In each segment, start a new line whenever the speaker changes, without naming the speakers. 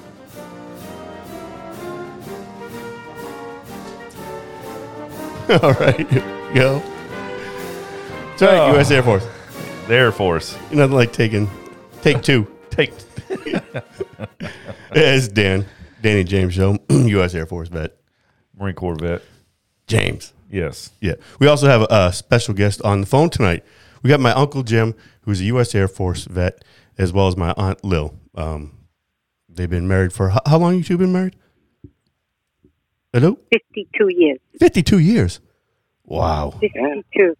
All right, here we go. It's all right,
Oh.
U.S. Air Force.
The Air Force.
Nothing like taking take two.
Take.
It's Dan, Danny James Show, U.S. Air Force vet.
Marine Corps vet.
James.
Yes.
Yeah. We also have a special guest on the phone tonight. We got my uncle Jim, who's a U.S. Air Force vet, as well as my aunt Lil. Um, they've been married for how, how long? You two been married? Hello,
52 years.
fifty-two years. Wow,
52.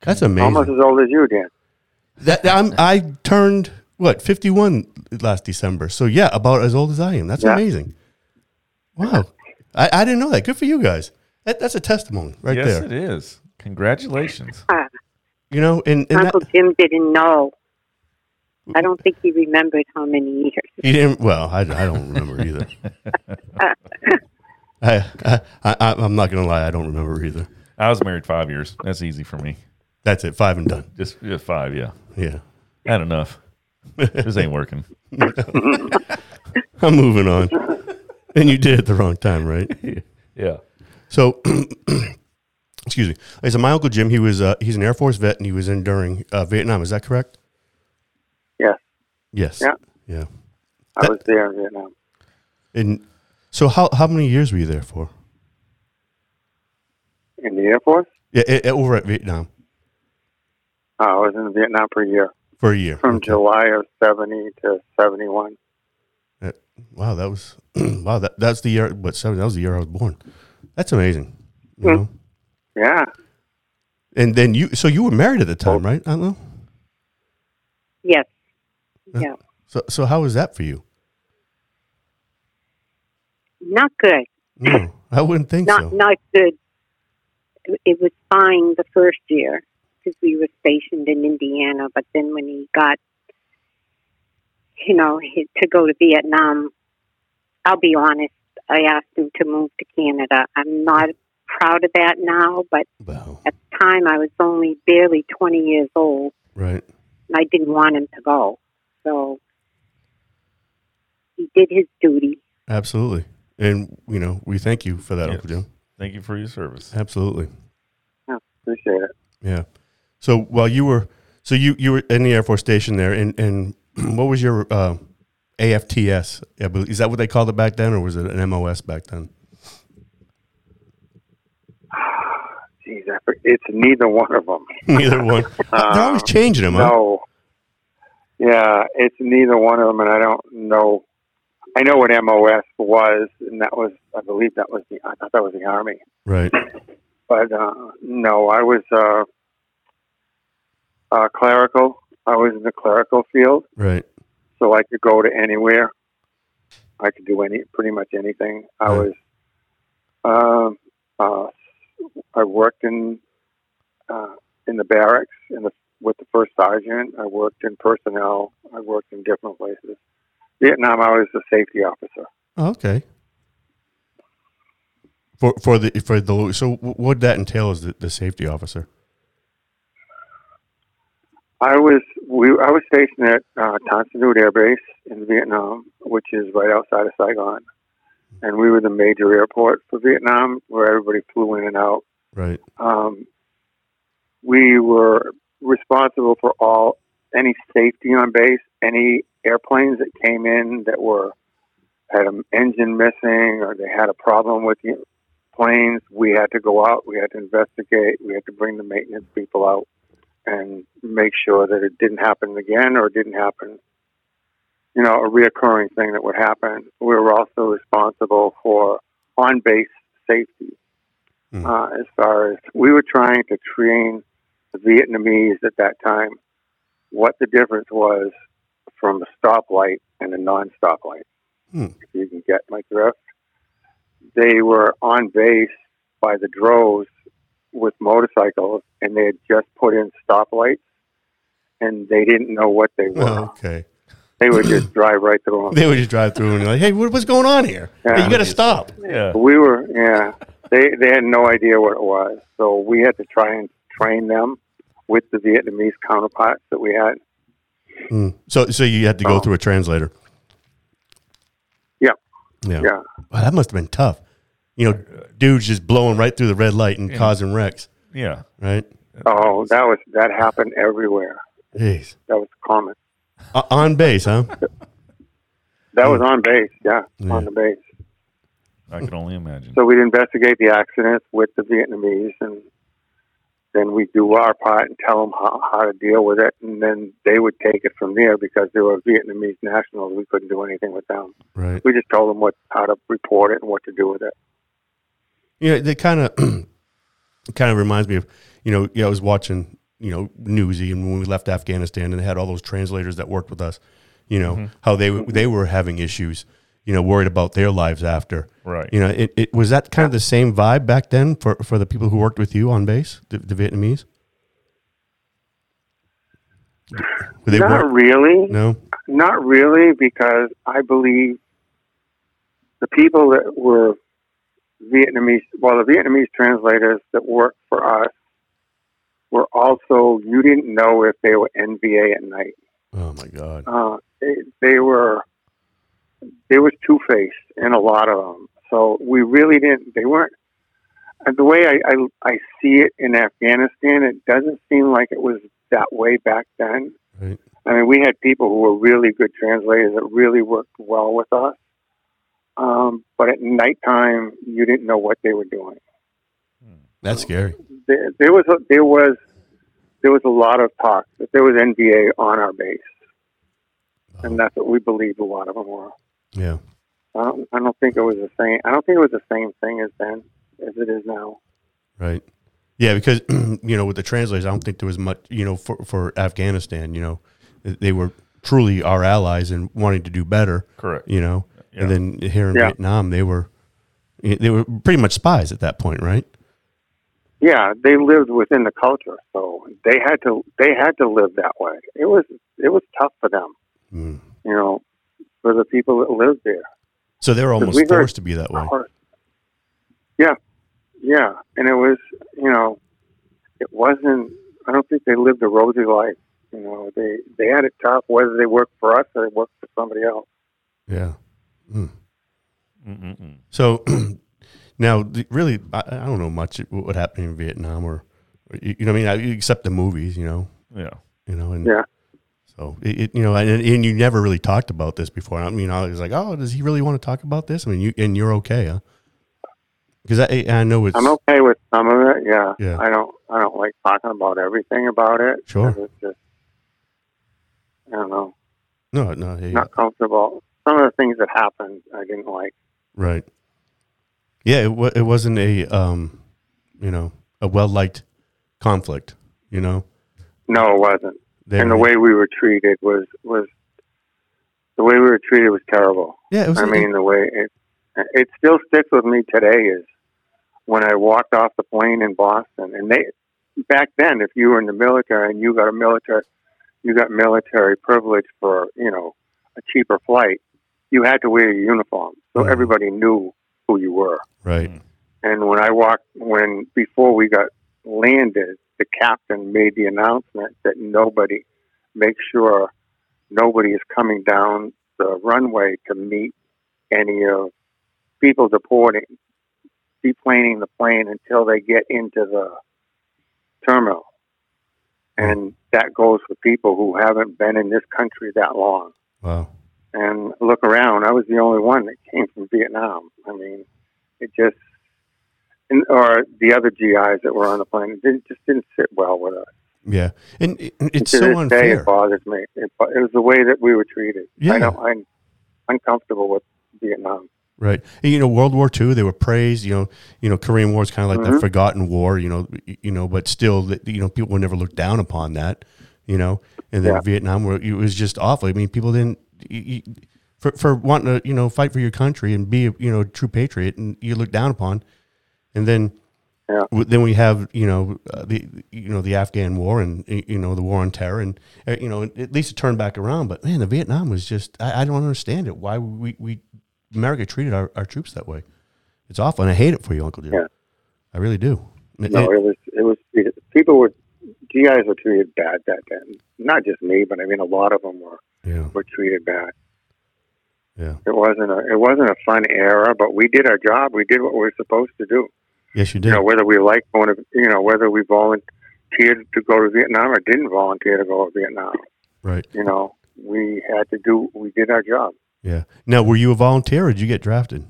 that's amazing.
Almost as old as you, Dan.
That I'm, I turned what 51 last December. So yeah, about as old as I am. That's
Yeah.
amazing. Wow, I, I didn't know that. Good for you guys. That, that's a testimony right
yes,
there.
it is. Congratulations.
Ah,
You know, and, and that- Mm.
Uncle Jim didn't know. I don't think he remembered how many years.
he didn't. Well, I, I don't remember either. I, I, I I'm not gonna lie. I don't remember either.
I was married five years. That's easy for me.
That's it. Five and done.
Just, just five. Yeah.
Yeah,
Had enough. this ain't working.
I'm moving on. and you did it the wrong time, right?
Yeah.
So, excuse me. Like I said, my uncle Jim, he was uh, he's an Air Force vet, and he was in during uh, Vietnam. Is that correct?
Yeah,
Yes.
Yeah.
Yeah.
I was there in Vietnam.
And so, how how many years were you there for?
In the Air Force?
Yeah, i i- over at Vietnam
Uh, I was in Vietnam for a year,
for a year.
from
Okay.
July of 70 to 71.
Uh, Wow, that was wow. That that's the year. What seven? That was the year I was born. That's amazing.
Hmm.
You know?
Yeah,
And then you, so you were married at the time,
Oh.
right? I don't know.
Yes. Yeah.
So so how was that for you?
Not good.
No, I wouldn't think
Not
so.
not good. It was fine the first year because we were stationed in Indiana, but then when he got, you know, he- to go to Vietnam, I'll be honest, I asked him to move to Canada. I'm not proud of that now, but
Wow.
at the time I was only barely 20 years old.
Right.
and I didn't want him to go. So he did his duty.
Absolutely. And you know, we thank you for that,
Yes.
Uncle Jim.
Thank you for your service.
Absolutely.
appreciate it.
Yeah. So while you were, so you you were in the Air Force Station there, and and what was your uh, AFTS? I believe- Is that what they called it back then, or was it an MOS back then?
Geez, I for- it's neither one of them.
Neither one. They're always changing them. huh?
Uh, No. Yeah, it's neither one of them, and I don't know. I know what MOS was, and that was, I believe that was the, I thought that was the Army.
Right.
But uh, no, I was uh, uh, clerical. I was in the clerical field.
Right.
so I could go to anywhere. I could do any pretty much anything. I
Right.
was, um, uh, I worked in uh, in the barracks in the with the first sergeant. I worked in personnel. I worked in different places. Vietnam, I was a safety officer.
Oh, okay. For for the for the so what that entail is the, the safety officer.
I was we I was stationed at uh, Tonsanute Air Base in Vietnam, which is right outside of Saigon, and we were the major airport for Vietnam, where everybody flew in and out.
Right.
um, we were responsible for all any safety on base, any airplanes that came in that were had an engine missing or they had a problem with the planes. We had to go out, we had to investigate, we had to bring the maintenance people out and make sure that it didn't happen again or it didn't happen. You know, a reoccurring thing that would happen. We were also responsible for on base safety uh, as far as we were trying to train the Vietnamese at that time what the difference was from a stoplight and a non stoplight.
Hmm.
If you can get my drift, they were on base by the droves with motorcycles and they had just put in stoplights and they didn't know what they were.
Oh, okay.
They would just drive right through them.
They would just drive through and you're like, hey, what, what's going on here? Hey, you
Yeah.
got to stop.
Yeah.
We were, yeah. They they had no idea what it was, so we had to try and train them with the Vietnamese counterparts that we had.
Mm. So so you had to go
Oh.
through a translator.
Yeah,
Yeah.
yeah.
Wow, that must have been tough. you know, dudes just blowing right through the red light and
Yeah.
causing wrecks,
Yeah.
right?
Oh, that was that happened everywhere.
Jeez.
That was common.
O- on base, huh?
That was on base, yeah,
Yeah.
on the base.
I can only imagine.
So we'd investigate the accident with the Vietnamese, and then we'd do our part and tell them how, how to deal with it, and then they would take it from there because they were Vietnamese nationals. We couldn't do anything with them.
Right.
We just told them what how to report it and what to do with it.
you know, that kind of kind of reminds me of you know, yeah, I was watching you know Newsy, and when we left Afghanistan, and they had all those translators that worked with us, you know, how they w- they were having issues, you know, worried about their lives after,
Right.
You know, it, it was that kind of the same vibe back then for for the people who worked with you on base, the, the Vietnamese. Were they
Not
work-
really.
no,
Not really, because I believe the people that were Vietnamese, well, the Vietnamese translators that worked for us were also, you didn't know if they were NVA at night.
oh my god,
Uh, they, they were, they was two faced in a lot of them. So we really didn't, they weren't, and the way I, I, I see it in Afghanistan, it doesn't seem like it was that way back then.
right?
I mean, we had people who were really good translators that really worked well with us. Um, but at nighttime, you didn't know what they were doing.
That's scary.
There, there was a, there was there was a lot of talk that there was NBA on our base, and that's what we believed a lot of them were.
Yeah,
I don't, I don't think it was the same. I don't think it was the same thing as then as it is now.
Right. Yeah, because you know, with the translators, I don't think there was much. You know, for for Afghanistan, you know, they were truly our allies and wanting to do better.
Correct.
You know,
Yeah.
and then here in
Yeah.
Vietnam, they were they were pretty much spies at that point, right?
Yeah, they lived within the culture, so they had to they had to live that way. It was it was tough for them,
Mm.
you know, for the people that lived there.
So they were almost
we heard-
forced to be that way.
Or- Yeah, yeah, and it was you know, it wasn't. I don't think they lived a rosy life. You know, they they had it tough whether they worked for us or they worked for somebody else.
Yeah.
Mm-mm-mm.
So now, the- really, I, I don't know much what would happen in Vietnam, or or you, you know, what I mean, I, except the movies, you know,
Yeah.
you know, and
Yeah,
So it, it you know, and, and you never really talked about this before. I mean, I was like, oh, does he really want to talk about this? I mean, you and you're okay, huh? Because I I know it's
I'm okay with some of it. Yeah,
Yeah.
I don't I don't like talking about everything about it.
Sure.
'cause It's just I don't know,
no no hey,
not comfortable. Some of the things that happened, I didn't like.
right. Yeah, it wa- it wasn't a um, you know, a well liked conflict. You know,
No, it wasn't.
They-
and the way we were treated was was the way we were treated was terrible.
yeah, it was.
I mean, the way it it still sticks with me today is when I walked off the plane in Boston, and they back then, if you were in the military and you got a military, you got military privilege for you know a cheaper flight, you had to wear your uniform, so
Mhm.
everybody knew who you were.
right,
And when I walked, when before we got landed, the captain made the announcement that nobody, make sure nobody is coming down the runway to meet any of people deporting, deplaning the plane until they get into the terminal. And that goes for people who haven't been in this country that long.
wow,
And look around, I was the only one that came from Vietnam. I mean, it just and, or the other GIs that were on the plane it didn't, just didn't sit well with us.
yeah, and it, it's
to
so
this day,
unfair.
it bothers me. It, bo- it was the way that we were treated.
Yeah.
I don't, I'm uncomfortable with Vietnam.
Right. And, you know, World War II, they were praised. You know, you know, Korean War is kind of like that forgotten war. You know, y- you know, but still, th- you know, people were never looked down upon that. You know, and then
Yeah.
Vietnam, where it was just awful. I mean, people didn't y y for for wanting to you know fight for your country and be a, you know a true patriot, and you look down upon. And then,
Yeah.
w- then we have you know uh, the you know the Afghan War and y- you know the war on terror, and uh, you know at least it turned back around. But man, the Vietnam was just I, I don't understand it. Why we we America treated our, our troops that way. It's awful, and I hate it for you, Uncle Jim.
Yeah.
I really do. It-
No,
it-
it was it was people were GIs were treated bad back then. Not just me, but I mean a lot of them were
yeah,
were treated bad.
Yeah.
It wasn't a it wasn't a fun era, but we did our job. We did what we were supposed to do.
Yes, you did.
You know, whether we liked going to you know whether we volunteered to go to Vietnam or didn't volunteer to go to Vietnam.
right.
You know, we had to do we did our job.
Yeah. Now, were you a volunteer or did you get drafted?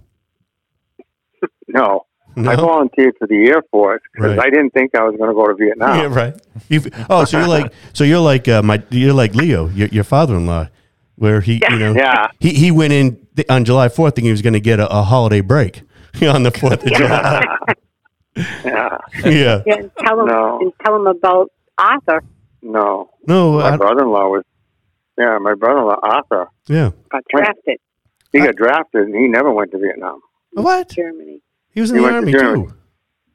No,
No.
I volunteered for the Air Force because
Right.
I didn't think I was going to go to Vietnam.
Yeah, right. You, oh, so you're like, so you're like uh, my, you're like Leo, your, your father-in-law, where he, you know,
Yeah.
he he went in th- on July 4th thinking he was going to get a, a holiday break on the 4th of July.
Yeah.
yeah.
Yeah, and tell him
No.
and tell him about Arthur.
No,
No,
my
I, don't-
brother-in-law was. Yeah, my brother-in-law Arthur.
yeah.
Got drafted
He got drafted and he never went to Vietnam.
What?
in Germany.
He was in
He
the
went to
army
Germany.
too.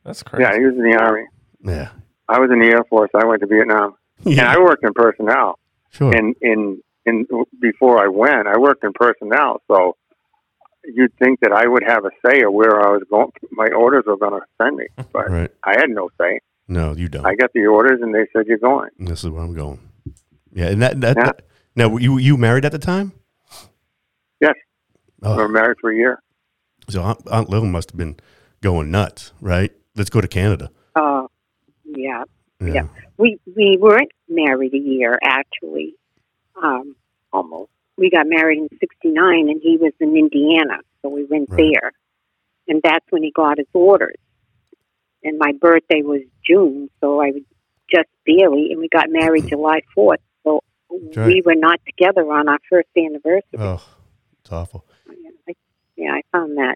That's crazy.
Yeah, he was in the army.
Yeah.
I was in the Air Force. I went to Vietnam, and
Yeah.
I worked in personnel.
Sure.
And in in before I went, I worked in personnel. So you'd think that I would have a say of where I was going. My orders were going to send me, but
Right.
I had no say.
No, you don't.
I got the orders, and they said you're going.
this is where I'm going. Yeah. And that, that,
Yeah.
that- now were you, you married at the time?
Yes.
Oh.
We were married for a year.
So Aunt, Aunt Lil must have been going nuts, right? Let's go to Canada.
Oh, yeah.
Yeah.
Yeah. We we weren't married a year actually. Um,
Almost.
we got married in '69, and he was in Indiana, so we went
Right.
there, and that's when he got his orders. And my birthday was June, so I was just barely, and we got married July 4th. So
right.
we were not together on our first anniversary.
Oh, it's awful.
I, yeah, I found that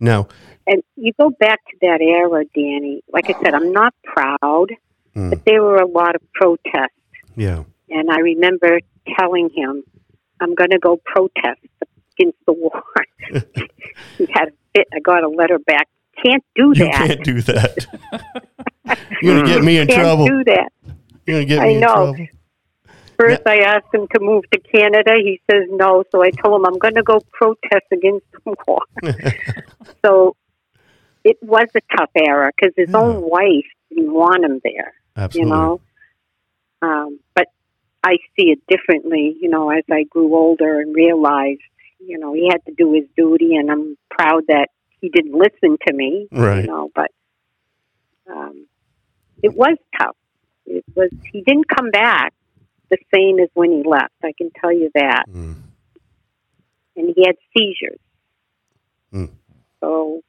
Now,
and you go back to that era, Danny. Like I said, I'm not proud,
Hmm.
but there were a lot of protests,
yeah,
and I remember telling him, "I'm going to go protest against the war." he had a fit. I got a letter back. Can't do
you
that.
can't do that. You're gonna get me in
Can't
trouble.
do that.
You're gonna get
I
me in
know.
trouble.
First, I asked him to move to Canada. He says no. So I told him I'm going to go protest against the war. so it was a tough era because his own wife didn't want him there.
Absolutely.
you know. Um, but I see it differently, you know, as I grew older and realized, you know, he had to do his duty, and I'm proud that he didn't listen to me,
Right.
you know. But um, it was tough. It was. He didn't come back the same as when he left. I can tell you that.
Mm.
And he had seizures,
Mm.
so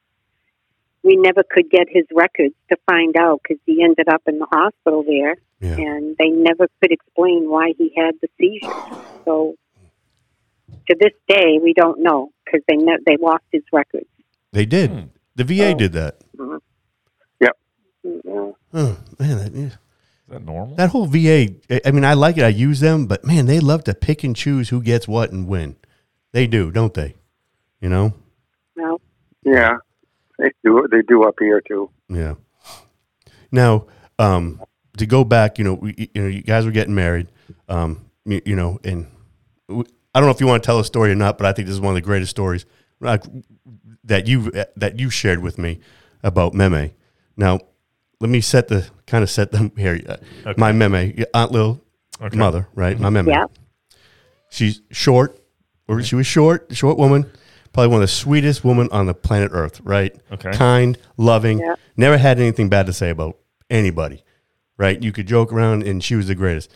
we never could get his records to find out because he ended up in the hospital there
Yeah.
and they never could explain why he had the seizure. So to this day, we don't know because they ne- they lost his records.
They did.
Hmm.
The VA
Oh.
did that.
Yeah.
Oh, man, that, yeah.
Is that normal?
that whole VA. I- I mean, I like it. I use them, but man, they love to pick and choose who gets what and when. They do, don't they? You know.
Well,
Yeah. They do. They do up here too.
Yeah. Now, um, to go back, you know, we, you know, you guys were getting married, um, you, you know, and w- I don't know if you want to tell a story or not, but I think this is one of the greatest stories like, that you that you shared with me about meme. Now, let me set the kind of set them here. Uh,
Okay.
My meme, your Aunt Lil,
Okay.
mother, right? My meme.
yeah,
She's short, or she was short, short woman, probably one of the sweetest women on the planet Earth, right?
Okay.
Kind, loving,
Yeah.
never had anything bad to say about anybody, right? You could joke around, and she was the greatest.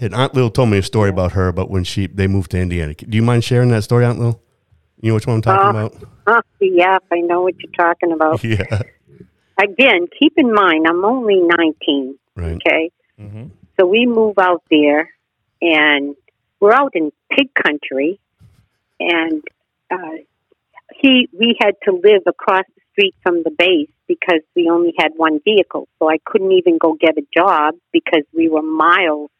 And Aunt Lil told me a story about her about when she they moved to Indiana. Do you mind sharing that story, Aunt Lil? You know which one I'm talking
Uh,
about?
huh, yeah, I know what you're talking about.
Yeah,
Again, keep in mind, I'm only 19.
right.
Okay,
Mm-hmm.
so we move out there, and we're out in pig country, and uh, he we had to live across the street from the base because we only had one vehicle, so I couldn't even go get a job because we were miles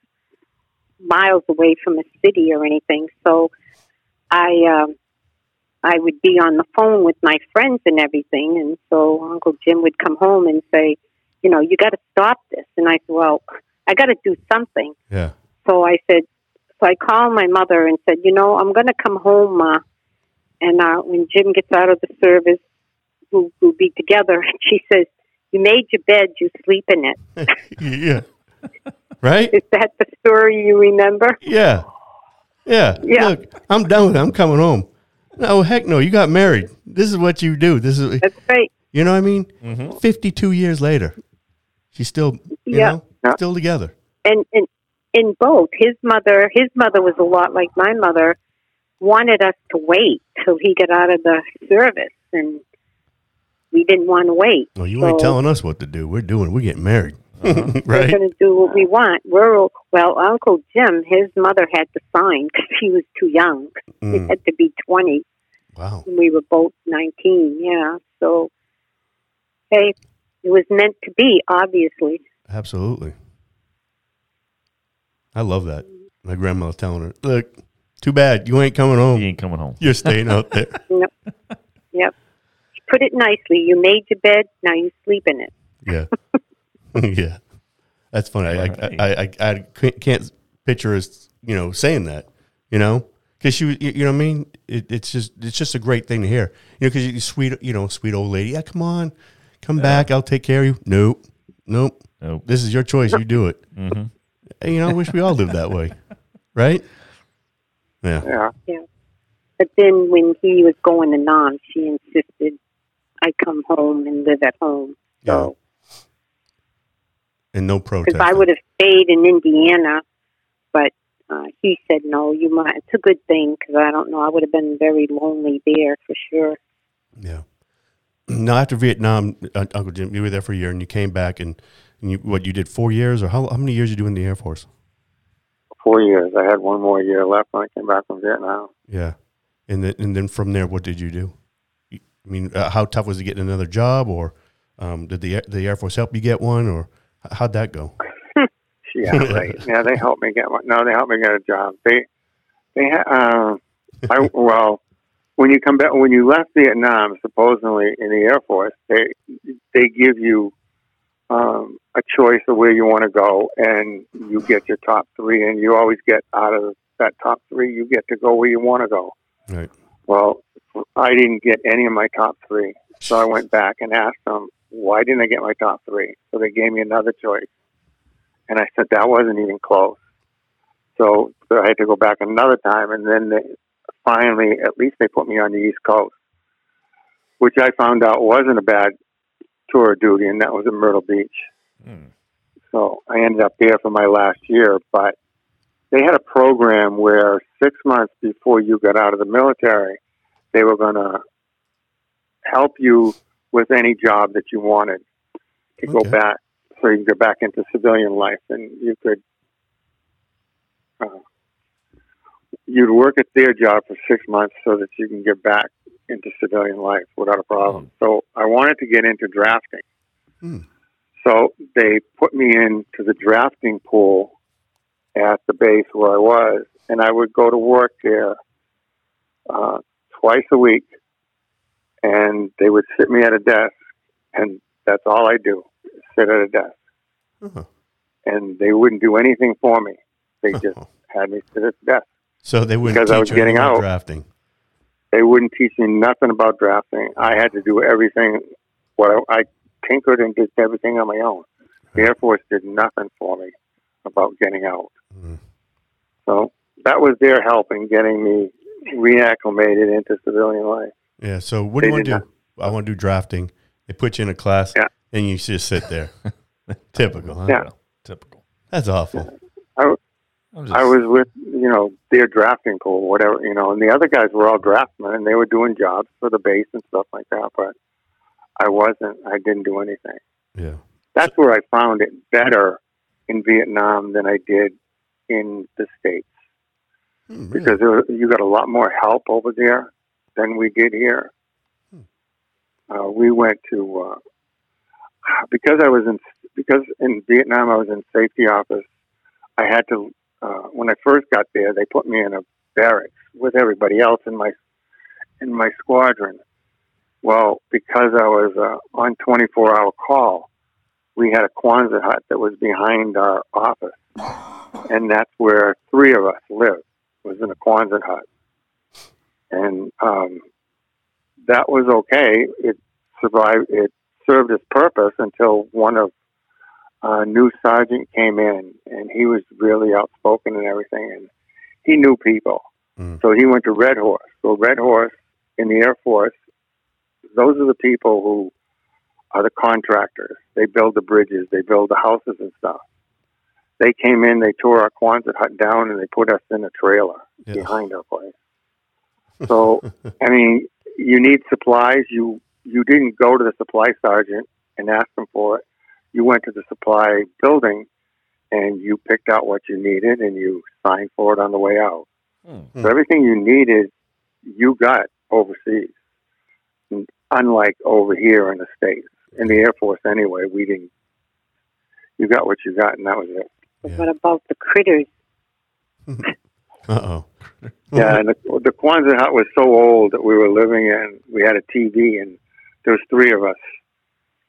miles away from a city or anything. So I um, I would be on the phone with my friends and everything, and so Uncle Jim would come home and say, you know, you got to stop this, and I said, well, I got to do something.
Yeah,
So I said, so I called my mother and said, you know, I'm going to come home, Ma. And uh, when Jim gets out of the service, we'll, we'll be together. And she says, you made your bed, you sleep in it.
yeah, right.
Is that the story you remember?
Yeah, yeah.
Yeah.
Look, I'm done with it. I'm coming home. No, heck no. You got married. This is what you do. This is
That's right.
you know what I mean?
Mm-hmm.
52 years later. She's still, you
Yeah.
know,
Yeah.
still together.
and in in both his mother his mother was a lot like my mother wanted us to wait till he got out of the service and we didn't want to wait
Well, Oh, you ain't
So-
telling us what to do. We're doing, we're getting married.
we're
right?
going to do what we want we're all- well uncle jim his mother had to sign because he was too young he
Mm,
had to be 20
wow.
and we were both 19 yeah so hey it was meant to be obviously
Absolutely. I love that. My grandma was telling her, look, too bad you ain't coming
He
home.
ain't coming home.
You're staying out there.
She put it nicely you made your bed now you sleep in it
Yeah. yeah. That's funny. I,
Right.
I, I, I, I can't- can't picture us, you know, saying that, you know, because she was, you, you know what I mean? It, it's just, it's just a great thing to hear, you know, because you sweet, you know, sweet old lady. Yeah, come on, come back. I'll take care of you. Nope. Nope.
Nope.
This is your choice. You do it.
Mhm.
And, you know, I wish we all lived that way. Right. Yeah.
Yeah.
But then when he was going to Nam, she insisted I come home and live at home.
Yeah.
So,
And no
because
protest.
I would have stayed in Indiana, but uh, he said, no, you might. It's a good thing because I don't know. I would have been very lonely there for sure.
Yeah. Now after Vietnam, Un- Uncle Jim, you were there for a year, and you came back, and, and you, what you did four years, or how, how many years you do in the Air Force?
Four years. I had one more year left when I came back from Vietnam.
Yeah, and then and then from there, what did you do? You- I mean, uh, how tough was it getting another job, or um, did the Air- the Air Force help you get one, or h- how'd that go?
Yeah, right. yeah, they helped me get one. No, they helped me get a job. They, they, ha- uh, I well, when you come back, when you left Vietnam, supposedly in the Air Force, they they give you um, a choice of where you want to go, and you get your top three, and you always get out of that top three, you get to go where you want to go.
Right.
Well, I didn't get any of my top three, so I went back and asked them, why didn't I get my top three? So they gave me another choice. And I said, that wasn't even close. So, so I had to go back another time. And then they, finally, at least they put me on the East Coast, which I found out wasn't a bad tour of duty, and that was in Myrtle Beach.
Mm.
So I ended up there for my last year, but they had a program where six months before you got out of the military, they were going to help you with any job that you wanted to go
Okay.
back so you could go back into civilian life and you could uh, you'd work at their job for six months so that you can get back into civilian life without a problem. So I wanted to get into drafting.
Hmm.
So they put me into the drafting pool at the base where I was, and I would go to work there uh, twice a week, and they would sit me at a desk, and that's all I do, sit at a desk.
Huh.
And they wouldn't do anything for me. They just had me sit at the desk.
So they wouldn't
Because I
teach
was
you
getting
anything about
out.
drafting.
they wouldn't teach me nothing about drafting. I had to do everything. What I, I tinkered and did everything on my own. The Air Force did nothing for me about getting out.
Mhm.
So that was their help in getting me reacclimated into civilian life.
Yeah. So what do
They
you want
did
to do? I want to do drafting. They put you in a class,
Yeah.
and you just sit there. Typical. Huh?
Yeah.
Typical.
That's awful.
I'm
I was with you know their drafting pool, whatever you know, and the other guys were all draftsmen and they were doing jobs for the base and stuff like that. But I wasn't. I didn't do anything.
Yeah.
that's where I found it better in Vietnam than I did in the States
Hmm, really?
because there, were- you got a lot more help over there than we did here. Uh, we went to uh, because I was in because in Vietnam I was in safety office. I had to uh, when I first got there they put me in a barracks with everybody else in my in my squadron. Well, because I was uh, on twenty four hour call, we had a Kwanzaa hut that was behind our office, and that's where three of us lived was in a Quonset hut, and um, that was okay. It survived. It served its purpose until one of uh, new sergeant came in, and he was really outspoken and everything, and he knew people.
Mm.
So he went to Red Horse. So Red Horse in the Air Force, those are the people who are the contractors. They build the bridges, they build the houses and stuff. They came in, they tore our Quonset hut down, and they put us in a trailer
Yeah.
behind our place. So, I mean, you need supplies. You you didn't go to the supply sergeant and ask them for it. You went to the supply building, and you picked out what you needed, and you signed for it on the way out.
Hmm.
Hmm.
So everything you needed, you got overseas. And Unlike over here in the States, in the Air Force anyway, we didn't. You got what you got, and that was it.
But
Yeah.
What about the critters?
Uh oh.
Yeah, and the, the Quonset hut was so old that we were living in. We had a TV, and there was three of us.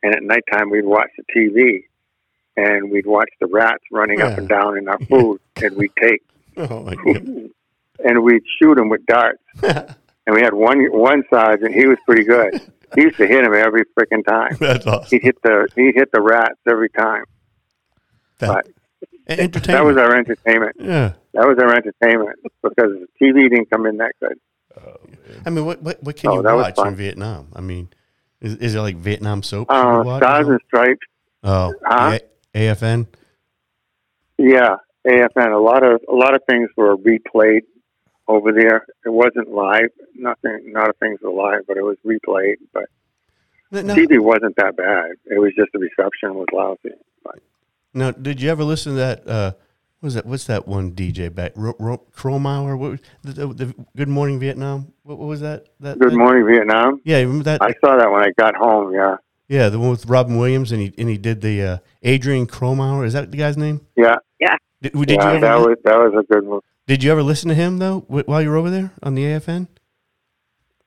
And at nighttime, we'd watch the TV, and we'd watch the rats running up
Yeah.
and down in our food, and we'd take
Oh my God.
and we'd shoot them with darts. and we had one one sergeant; he was pretty good. He used to hit him every freaking time.
That's awesome.
He hit the he hit the rats every time.
That,
That
entertainment.
was our entertainment.
yeah.
That was our entertainment because TV didn't come in that good.
I mean, what what, what can
Oh,
you
that was
watch
fun.
in Vietnam? I mean, is, is it like Vietnam soap?
Uh, Stars and Stripes.
oh,
Huh?
A- AFN.
Yeah, AFN. A lot of a lot of things were replayed over there. It wasn't live. Nothing. Not a things were live, but it was replayed. But
No, no.
TV wasn't that bad. It was just the reception was lousy. But
Now, did you ever listen to that? Uh, what was that? What's that one DJ back? Ro- Ro- Cromauer? What was the, the, the Good Morning Vietnam? What, what was that? that
Good
thing?
Morning Vietnam.
Yeah, you remember that?
I saw that when I got home. Yeah,
yeah, the one with Robin Williams and he and he did the uh, Adrian Cromauer. Is that the guy's name?
yeah,
Did, did
yeah.
you ever,
that was that was a good one.
did you ever listen to him though wh- while you were over there on the AFN?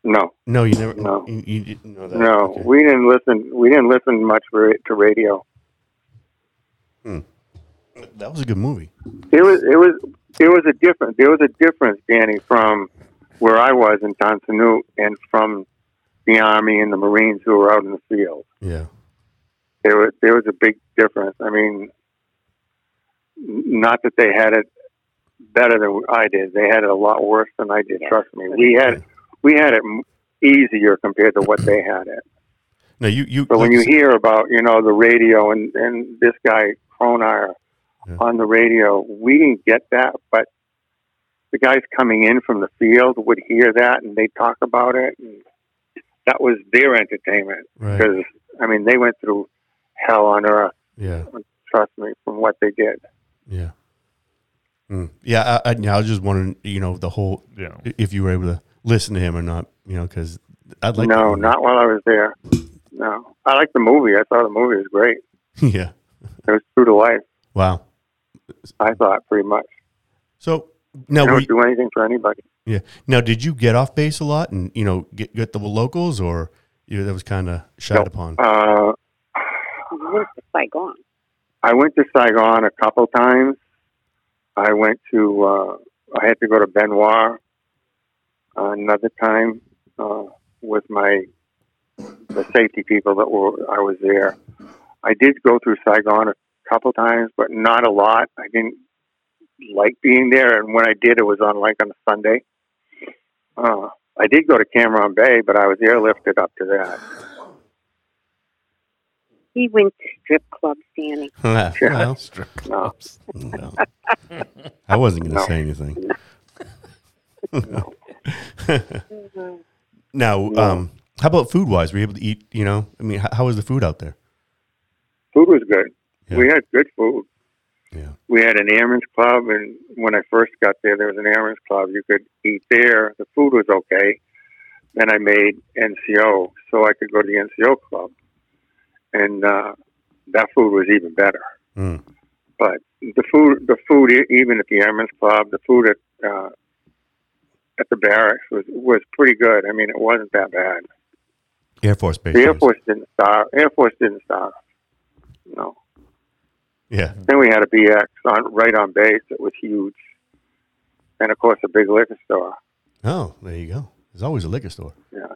No,
No, you never.
No.
you, you didn't know Oh, that.
no,
Okay.
we didn't listen. We didn't listen much ra- to radio.
that was a good movie.
It was it was it was a difference. There was a difference, Danny, from where I was in Tansanute and from the Army and the Marines who were out in the field.
Yeah.
There was there was a big difference. I mean, n- not that they had it better than I did. They had it a lot worse than I did.
Yeah.
Trust me. We had we had it m- easier compared to what they had it.
No, you you.
But when
like
you
I said-
hear about you know the radio and and this guy Cronar
Yeah.
on the radio, we didn't get that, but the guys coming in from the field would hear that and they talk about it, and that was their entertainment
right?
because I mean they went through hell on earth.
Yeah,
Trust me, from what they did.
yeah, Mm. yeah. I, I, yeah, I was just wondering, you know, the whole
Yeah.
if you were able to listen to him or not, you know, because I'd like.
no,
to,
not while I was there. No, I liked the movie. I thought the movie was great.
yeah.
It was true to life.
Wow.
I thought pretty much.
So now,
I
were
don't
you-
do anything for anybody.
yeah. Now, did you get off base a lot, and you know, get get the locals, or you know, that was kind of shied
Nope.
upon?
Uh,
Where's the Saigon?
I went to Saigon a couple times. I went to uh, I had to go to Benoit another time uh, with my the safety people that were I was there. I did go through Saigon a couple times, but not a lot. I didn't like being there, and when I did, it was on like on a Sunday. Uh, I did go to Cameron Bay, but I was airlifted up to that.
He went to strip clubs, Danny.
well,
Strip
No.
clubs.
no. I wasn't going to
No.
say anything.
Mhm.
Now, um, how about food wise? Were you able to eat? You know, I mean, how, how was the food out there?
Food was good.
Yeah.
We had good food.
Yeah.
we had an airmen's club, and when I first got there, there was an airmen's club. You could eat there. The food was okay. Then I made NCO, so I could go to the NCO club, and uh, that food was even better.
Mm.
But the food, the food, e- even at the airmen's club, the food at uh, at the barracks was was pretty good. I mean, it wasn't that bad.
Air Force Base.
The Air
yes.
Force didn't starve. Air Force didn't starve. No.
Yeah.
Then we had a BX on right on base that was huge, and of course a big liquor store.
Oh, there you go. There's always a liquor store.
Yeah.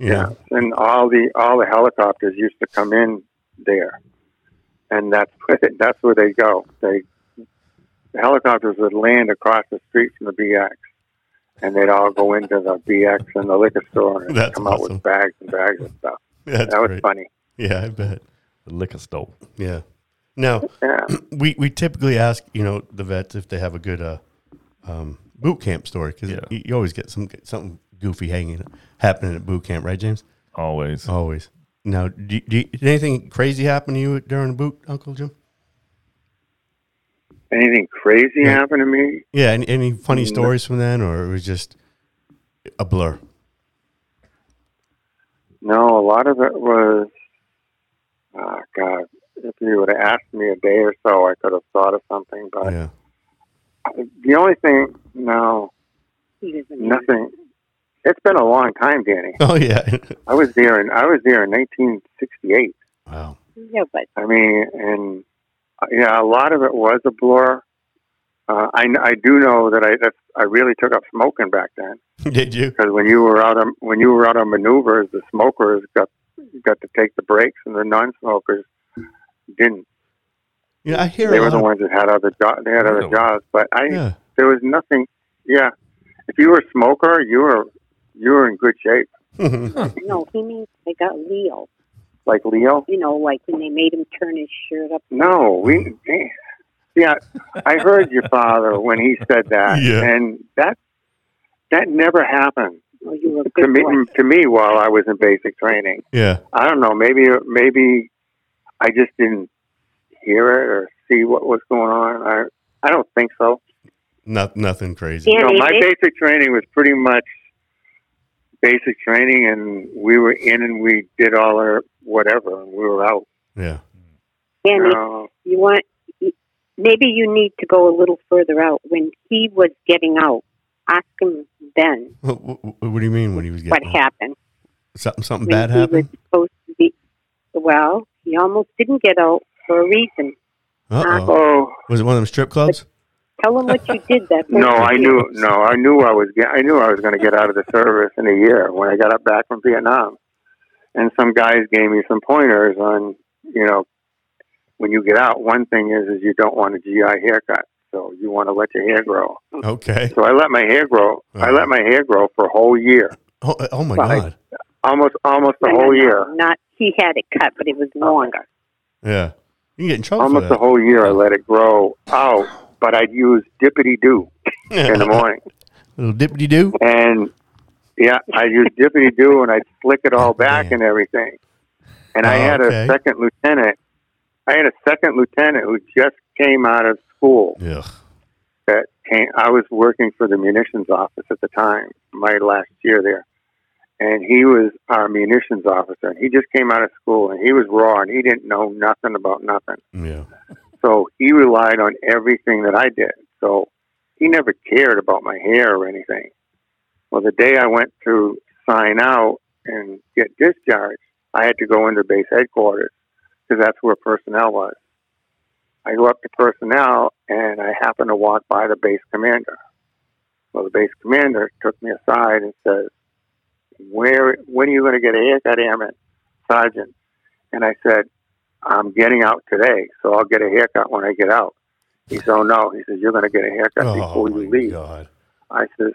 You know,
and all the all the helicopters used to come in there, and that's where they, that's where they go. They the helicopters would land across the street from the BX, and they'd all go into the BX and the liquor store and
That's
come out
awesome.
with bags and bags of stuff.
That's
that was
great.
funny.
Yeah, I bet.
The liquor store.
Yeah. Now,
Yeah.
we we typically ask you know the vets if they have a good uh, um, boot camp story because
Yeah.
you, you always get some something goofy hanging happening at boot camp, right, James?
Always.
Always. Now, do, you- do you- did anything crazy happen to you during the boot, Uncle Jim?
Anything crazy
Yeah.
happened to me?
Yeah, any, any funny
No.
stories from then, or it was just a blur?
No, a lot of it was, oh God, if you would have asked me a day or so, I could have thought of something. But
Yeah,
the only thing, no,
He doesn't know.
nothing. It's been a long time, Danny.
oh yeah,
I was there, and I was there in 1968.
wow,
Yeah, but
I mean, and uh, yeah, a lot of it was a blur. Uh, I, kn- I do know that I that's, I really took up smoking back then.
did you?
because when you were out on when you were out on maneuvers, the smokers got got to take the breaks, and the non-smokers didn't.
You know, I hear
They
a
were the
lot.
ones that had other jo- they had other
Really?
jobs. But I
yeah,
there was nothing. Yeah, if you were a smoker, you were you were in good shape.
no, he means they got Leo.
Like Leo.
You know, like when they made him turn his shirt up.
No, we. eh. Yeah, I heard your father when he said that,
Yeah.
and that that never happened
Oh, you were a
to
good
me.
boy.
To me, while I was in basic training.
yeah,
I don't know. Maybe maybe I just didn't hear it or see what was going on. I I don't think so.
not nothing crazy.
Yeah,
No,
they
my
made-
basic training was pretty much basic training, and we were in and we did all our whatever, and we were out.
Yeah,
yeah, they
Uh,
you want maybe you need to go a little further out when he was getting out ask him then
what, what, what do you mean when he was
what
getting out?
happened
something something
when
bad
he
happened?
was supposed to be well he almost didn't get out for a reason
Uh oh,
oh
was it one of them strip clubs?
tell him what you did that
no,
first
I
year.
knew no, I knew I was get, I knew I was going to get out of the service in a year when I got up back from Vietnam, and some guys gave me some pointers on you know when you get out. One thing is is you don't want a GI haircut, so you want to let your hair grow.
Okay.
So I let my hair grow. I let my hair grow for a whole year,
Oh, oh my
Right.
god.
almost almost
No,
a
no,
whole
no,
year, Oh.
not he had it cut but it was longer
Yeah. You can get in trouble
almost
for
a
that.
whole year. I let it grow out, but I'd use dippity doo in the morning.
Little dippity doo.
and yeah, I used dippity do and I slick it all back
Damn.
and everything. And I
Oh,
had
okay.
a second lieutenant. I had a second lieutenant who just came out of school.
Ugh.
That came, I was working for the munitions office at the time, my last year there, and he was our munitions officer. And he just came out of school and he was raw and he didn't know nothing about nothing.
Yeah.
So he relied on everything that I did. So he never cared about my hair or anything. Well, the day I went to sign out and get discharged, I had to go into base headquarters because that's where personnel was. I go up to personnel and I happened to walk by the base commander. Well, the base commander took me aside and says, "Where? When are you going to get a haircut, Airman, Sergeant?" And I said, I'm getting out today, so I'll get a haircut when I get out. He said, Oh no. He says, You're gonna get a haircut
Oh
before
my
you leave.
god.
I says,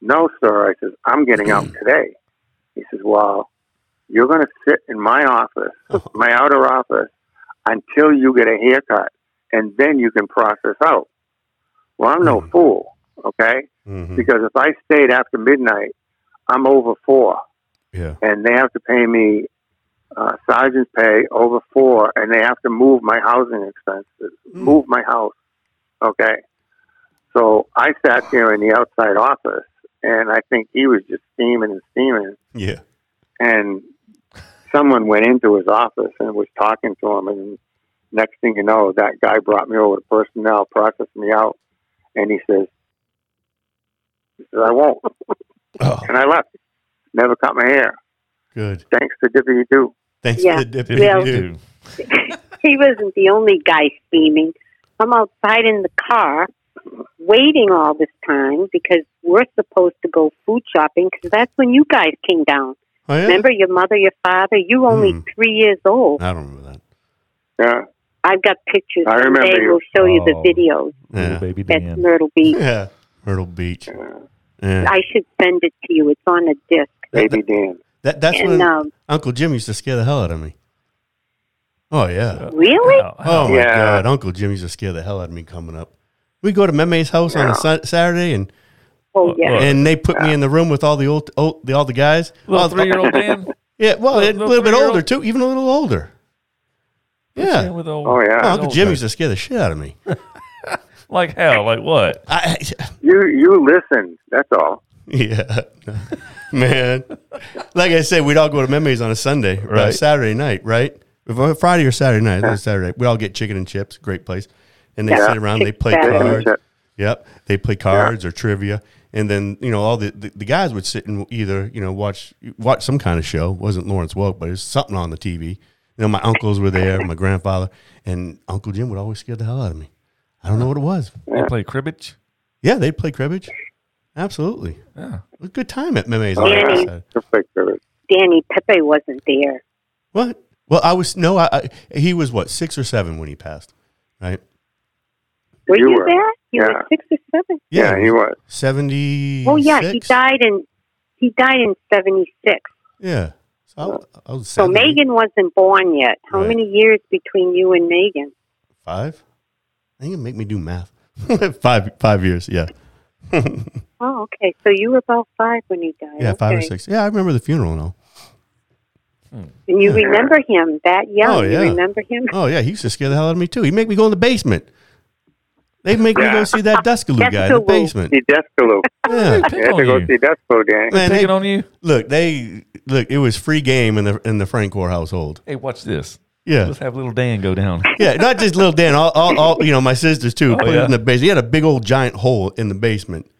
No, sir. I says, I'm getting out today. He says, Well, you're gonna sit in my office,
Oh.
my outer office, until you get a haircut and then you can process out. Well, I'm no
Mhm.
fool, okay?
Mhm.
Because if I stayed after midnight, I'm over four
Yeah.
and they have to pay me uh, sergeant's pay over four, and they have to move my housing expenses, move my house. Okay, so I sat there in the outside office, and I think he was just steaming and steaming,
Yeah.
and someone went into his office and was talking to him, and next thing you know, that guy brought me over to personnel, processed me out, and he says, "He says I won't,"
Oh,
and I left. Never cut my hair,
good.
thanks to E Dippy Doo.
Thanks
Yeah.
for the dippity
Dippity-doo.
Well-
doo.
he wasn't the only guy steaming i'm outside in the car waiting all this time because we're supposed to go food shopping because that's when you guys came down
Oh yeah.
Remember your mother, your father? You only
Mm.
three years old.
I don't remember that.
Yeah.
I've got pictures.
I remember
Someday
you.
We'll show you the
Oh.
videos
Little
Yeah.
baby
at
Dan.
Myrtle Beach.
Yeah. Myrtle Beach.
Yeah.
Yeah.
I should send it to you. It's on a disc.
Baby Dan.
That, that's
and
when
um,
Uncle Jim used to scare the hell out of me. Oh yeah.
really,
How- how-
Oh my
Yeah.
god, Uncle Jim used to scare the hell out of me coming up. We go to Meme's house on a
Yeah.
Sun- Saturday, and Uh,
oh yeah,
and they put me in the room with all the old, old the, all the guys.
Little
All the-
three year old Dan.
yeah, well,
little-
a little bit
three-year-old?
older too, even a little older. Yeah,
With old,
Oh, yeah.
Oh, Uncle
old
Jim
guy.
used to scare the shit out of me.
Like how? Like what?
I,
You you listen. That's all.
yeah, man. Like I said, we'd all go to Meme's on a Sunday, or a
Right.
Saturday night, right? If it was Friday or Saturday night, I think it was Saturday. We'd all get chicken and chips, great place, and they
Yeah.
sit around, they play
Chicken and
cards.
chips.
Yep. They play cards or trivia. And then, you know, all the, the, the guys would sit and either, you know, watch watch some kind of show. It wasn't Lawrence Welk, but it was something on the TV. You know, my uncles were there, my grandfather, and Uncle Jim would always scare the hell out of me. I don't know what it was.
They play cribbage.
Yeah, they'd play cribbage. Absolutely.
Yeah.
It was a good time at Meme's.
Oh,
yeah.
Yeah.
Perfect service.
Danny Pepe wasn't there.
What? Well, I was, no, I, I he was what, six or seven when he passed, right?
Were
You
you,
were.
there? You
Yeah.
were six or seven.
Yeah, he was.
70.
Oh yeah, he died in he died in seventy six.
Yeah. So I, I was
So
seven,
Megan wasn't born yet. How
Right.
many years between you and Megan?
Five? I think it make me do math. five five years, yeah.
Oh, okay. So you were about five when he died.
Yeah, five or
Okay.
six. Yeah, I remember the funeral and all.
And you remember him that young?
Oh, yeah.
You remember him?
Oh yeah, he used to scare the hell out of me too. He'd make me go in the basement. They'd make me go
Yeah.
see that Descaloo guy in the
Descaloo.
basement.
See Descalo.
Yeah.
Pick
You had to
on
go
you.
see Descalo, Danny.
Man,
Picking
they-
on you.
look, they look, it was free game in the in the Francor household.
Hey, watch this.
Yeah.
Let's have little Dan go down.
Yeah, not just little Dan, all, all, all you know, my sisters too. put
yeah.
us in the basement. He had a big old giant hole in the basement,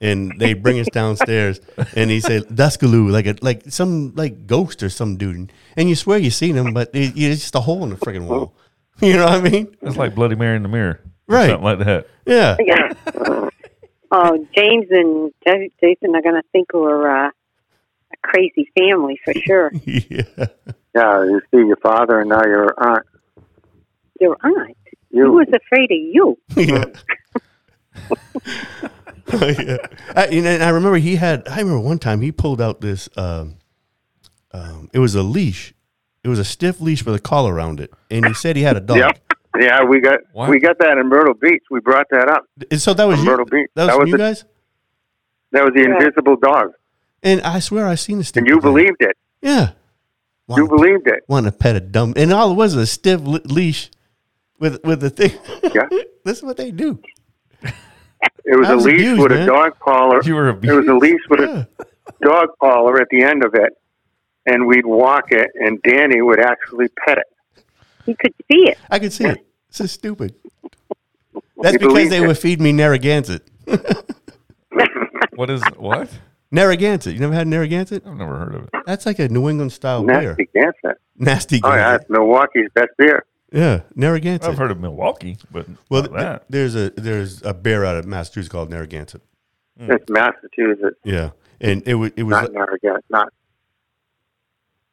and they bring us downstairs, and he said Duskaloo, like a like some like ghost or some dude, and you swear you seen him, but it, it's just a hole in the freaking wall. You know what I mean?
It's like Bloody Mary in the mirror. or
Right.
Something like that.
Yeah,
Yeah. oh, James and Ja- Jason are going to think we're uh, a crazy family for sure.
yeah.
Yeah, you see your father and now your aunt.
Your aunt, who
You
was afraid of you?
yeah. yeah. I, you know, and I remember he had, I remember one time he pulled out this, um, um, it was a leash. It was a stiff leash with a collar around it. And he said he had a dog.
Yep. Yeah, we got
What?
we got that in Myrtle Beach. We brought that up.
And so that was you,
Myrtle Beach.
That was,
That was
from you
the-
guys?
That was the
Yeah.
invisible dog.
And I swear I seen this thing.
And you believed it.
Yeah.
You believed it.
Want to pet a dumb. And all it was was a stiff le- leash with with the thing.
Yeah.
this is what they do.
It was
I
a
was
leash
abused,
with
man.
a dog collar.
You were
It was a leash with
Yeah.
a dog collar at the end of it, and we'd walk it, and Danny would actually pet it.
He could see it.
I could see it. It's so stupid. That's
You
because
believed
they
it.
would feed me Narragansett.
What is what?
Narragansett. You never had Narragansett?
I've never heard of it.
That's like a New England style beer.
Nasty Gansett.
Nasty.
Oh, yeah,
Gansett.
that's Milwaukee's best beer.
yeah, Narragansett.
I've heard of Milwaukee, but
well,
well,
th-
that.
there's a there's a beer out of Massachusetts called Narragansett.
Hmm.
It's Massachusetts,
Yeah, and it was it was
not Narragansett. Not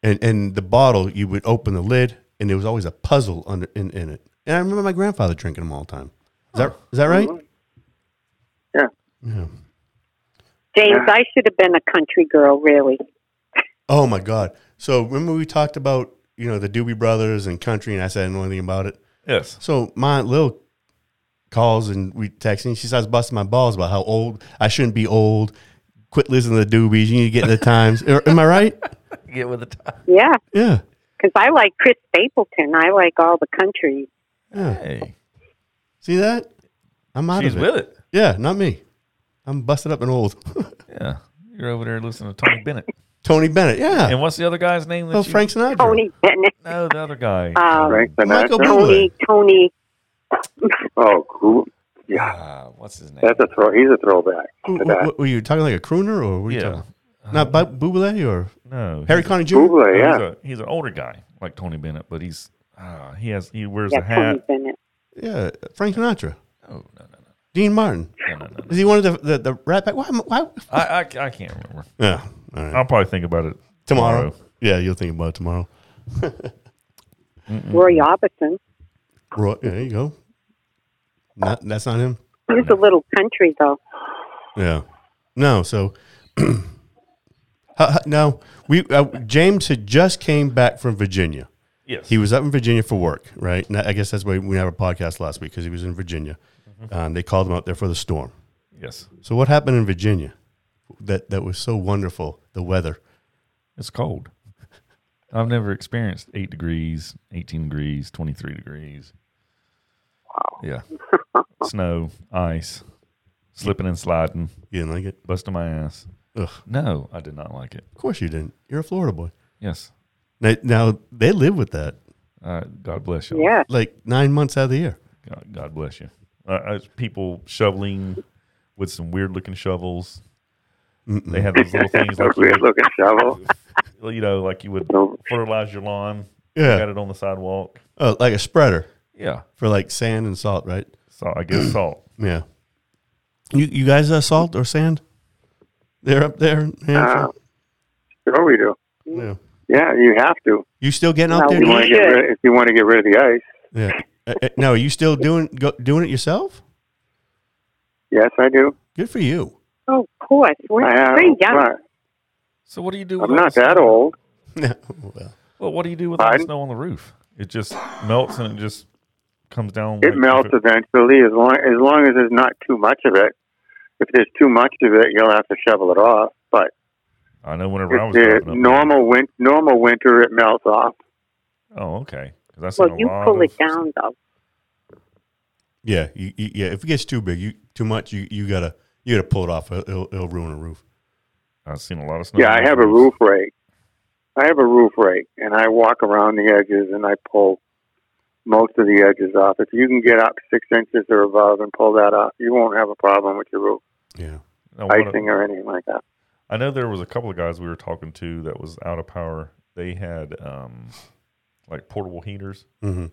and and the bottle you would open the lid and there was always a puzzle under in, in it. And I remember my grandfather drinking them all the time. Is that is that right?
Yeah.
Yeah.
James, I should have been a country girl, really.
Oh my God. So remember we talked about you know the Doobie Brothers and country, and I said I didn't know anything about it.
Yes.
So my aunt Lil calls and we text and she starts busting my balls about how old I shouldn't be old. Quit listening to the doobies. You need to get in the times. Am am I right?
Get with the time.
Yeah,
Yeah.
because I like Chris Stapleton. I like all the country.
Yeah.
Hey,
See that? I'm out
she's
of it.
with it.
Yeah, not me. I'm busted up and old.
Yeah. You're over there listening to Tony Bennett.
Tony Bennett. Yeah.
And what's the other guy's name? That
Oh,
you-
Frank Sinatra.
Tony Bennett,
No, the other guy.
um,
Frank
Michael
Sinatra?
Bublé.
Tony, Tony.
Oh, cool. Yeah,
Ah, what's his name?
that's a throw. He's a throwback
Who-
to
who-
that.
who- were you talking like a crooner or what are you
Yeah.
talking? Not Bu- Buble or
no,
Harry Connick Jr.?
Buble,
he's,
yeah.
a, he's an older guy like Tony Bennett, but he's ah, he has he wears
Yeah,
a hat.
Tony Bennett.
Yeah, Frank Sinatra.
Oh no no
Dean Martin.
no no no. no.
Is he one of the the, the rat pack? Why? am- Why?
I, I I can't remember.
Yeah. All right.
I'll probably think about it
Tomorrow. Yeah, you'll think about it tomorrow.
Mm.
Roy Orbison.
Roy, yeah, there you go. Not that's not him.
He was a little country, though.
Yeah. No, so how- how- no, we uh, James had just came back from Virginia.
Yes.
He was up in Virginia for work, right? And I guess that's why we had a podcast last week because he was in Virginia.
Mm-hmm.
Um, they called him out there for the storm.
yes.
So what happened in Virginia? That that was so wonderful. The weather.
It's cold. I've never experienced eight degrees, eighteen degrees, twenty-three degrees. Wow. Yeah. Snow, ice, slipping and sliding,
You didn't like it?
busting my ass.
Ugh.
No, I did not like it.
Of course you didn't. You're a Florida boy.
Yes.
Now, now they live with that
Uh, God bless you.
Yeah.
like nine months out of the year.
God, God bless you. Uh, uh, people shoveling with some weird looking shovels. They have those little things like you,
weird looking shovel.
would- you know, like you would
No.
fertilize your lawn.
Yeah.
Got it on the sidewalk.
Oh, like a spreader
Yeah.
for like sand and salt, right?
So I guess salt.
Yeah. You you guys uh, salt or sand? They're up there.
Uh,
Hampshire?
sure we do.
yeah.
Yeah, you have to.
You still getting out
No,
there?
we
You
Doing,
want to get
should.
rid, if you want to get rid of the ice.
yeah. Uh, uh, now, are you still doing go, doing it yourself?
Yes, I do.
Good for you.
Oh, of course. We're,
I have.
we're young.
right.
So what do you do?
I'm
all
not
the
that
snow?
old.
Yeah. well,
Well, what do you do with all the
Pardon?
snow on the roof? It just melts and it just comes down.
It
like-
melts eventually, as long as long as there's not too much of it. If there's too much of it, you'll have to shovel it off. But
I know. Whenever I was
if
growing
the
up.
normal win- normal winter, it melts off.
Oh, okay. 'Cause I've seen
Well,
a
you
lot
pull
of-
it down, though.
yeah. You, you, yeah. If it gets too big, you too much, you, you gotta you gotta pull it off. It'll, it'll ruin a roof.
I've seen a lot of snow.
Yeah,
on
I
the
have a roof rake. I have a roof rake, and I walk around the edges and I pull most of the edges off. If you can get up six inches or above and pull that off, you won't have a problem with your roof
Yeah.
Now, what-
icing or anything like that.
I know there was a couple of guys we were talking to that was out of power. They had um, like portable heaters,
hmm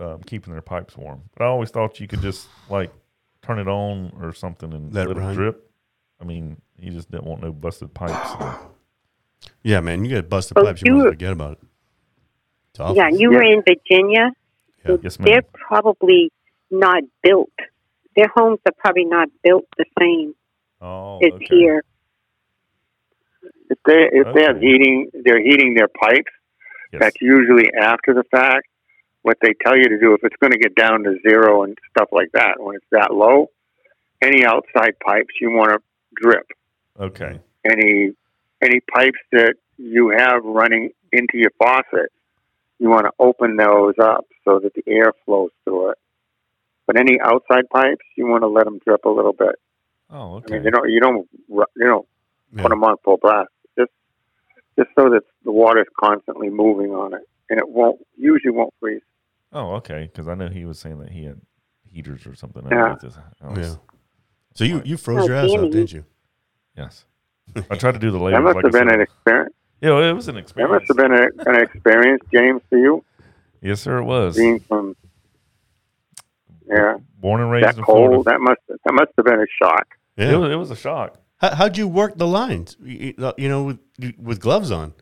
um, keeping their pipes warm. But I always thought you could just like turn it on or something and
Let
let,
it
it
run.
drip. I mean, you just didn't want no busted pipes.
Yeah, man. You gotta bust the
Oh,
pipes. You might as
do
well
it.
forget about it. It's awful.
Yeah, and you
Yeah.
were in Virginia.
Yeah.
yes, ma'am.
They're probably not built. Their homes are probably not built the same
Oh,
as
okay.
here.
If they if they have
Okay.
heating, they're heating their pipes.
Yes.
That's usually after the fact. What they tell you to do if it's going to get down to zero and stuff like that, when it's that low, any outside pipes you want to drip.
Okay.
Any any pipes that you have running into your faucet, you want to open those up so that the air flows through it. But any outside pipes, you want to let them drip a little bit.
Oh,
I
okay.
mean, they don't you don't ru- you don't
Yeah.
put them on full blast, just just so that the water's constantly moving on it, and it won't usually won't freeze.
oh, okay. Because I know he was saying that he had heaters or something.
Yeah.
underneath his house.
Yeah. So you, you froze
Oh,
your ass out,
Danny.
didn't you?
Yes. I tried to do the labor.
that must
like
have
I
been
said.
an experience.
Yeah, it was an
That
experience.
must have been a, an experience, James, for you
Yes, sir. It was.
being from yeah
Born and raised
that
in
cold.
Florida.
That must that must have been a shock.
Yeah.
It, was, it was a shock.
How, how'd you work the lines? You, you know, with, you- with gloves on.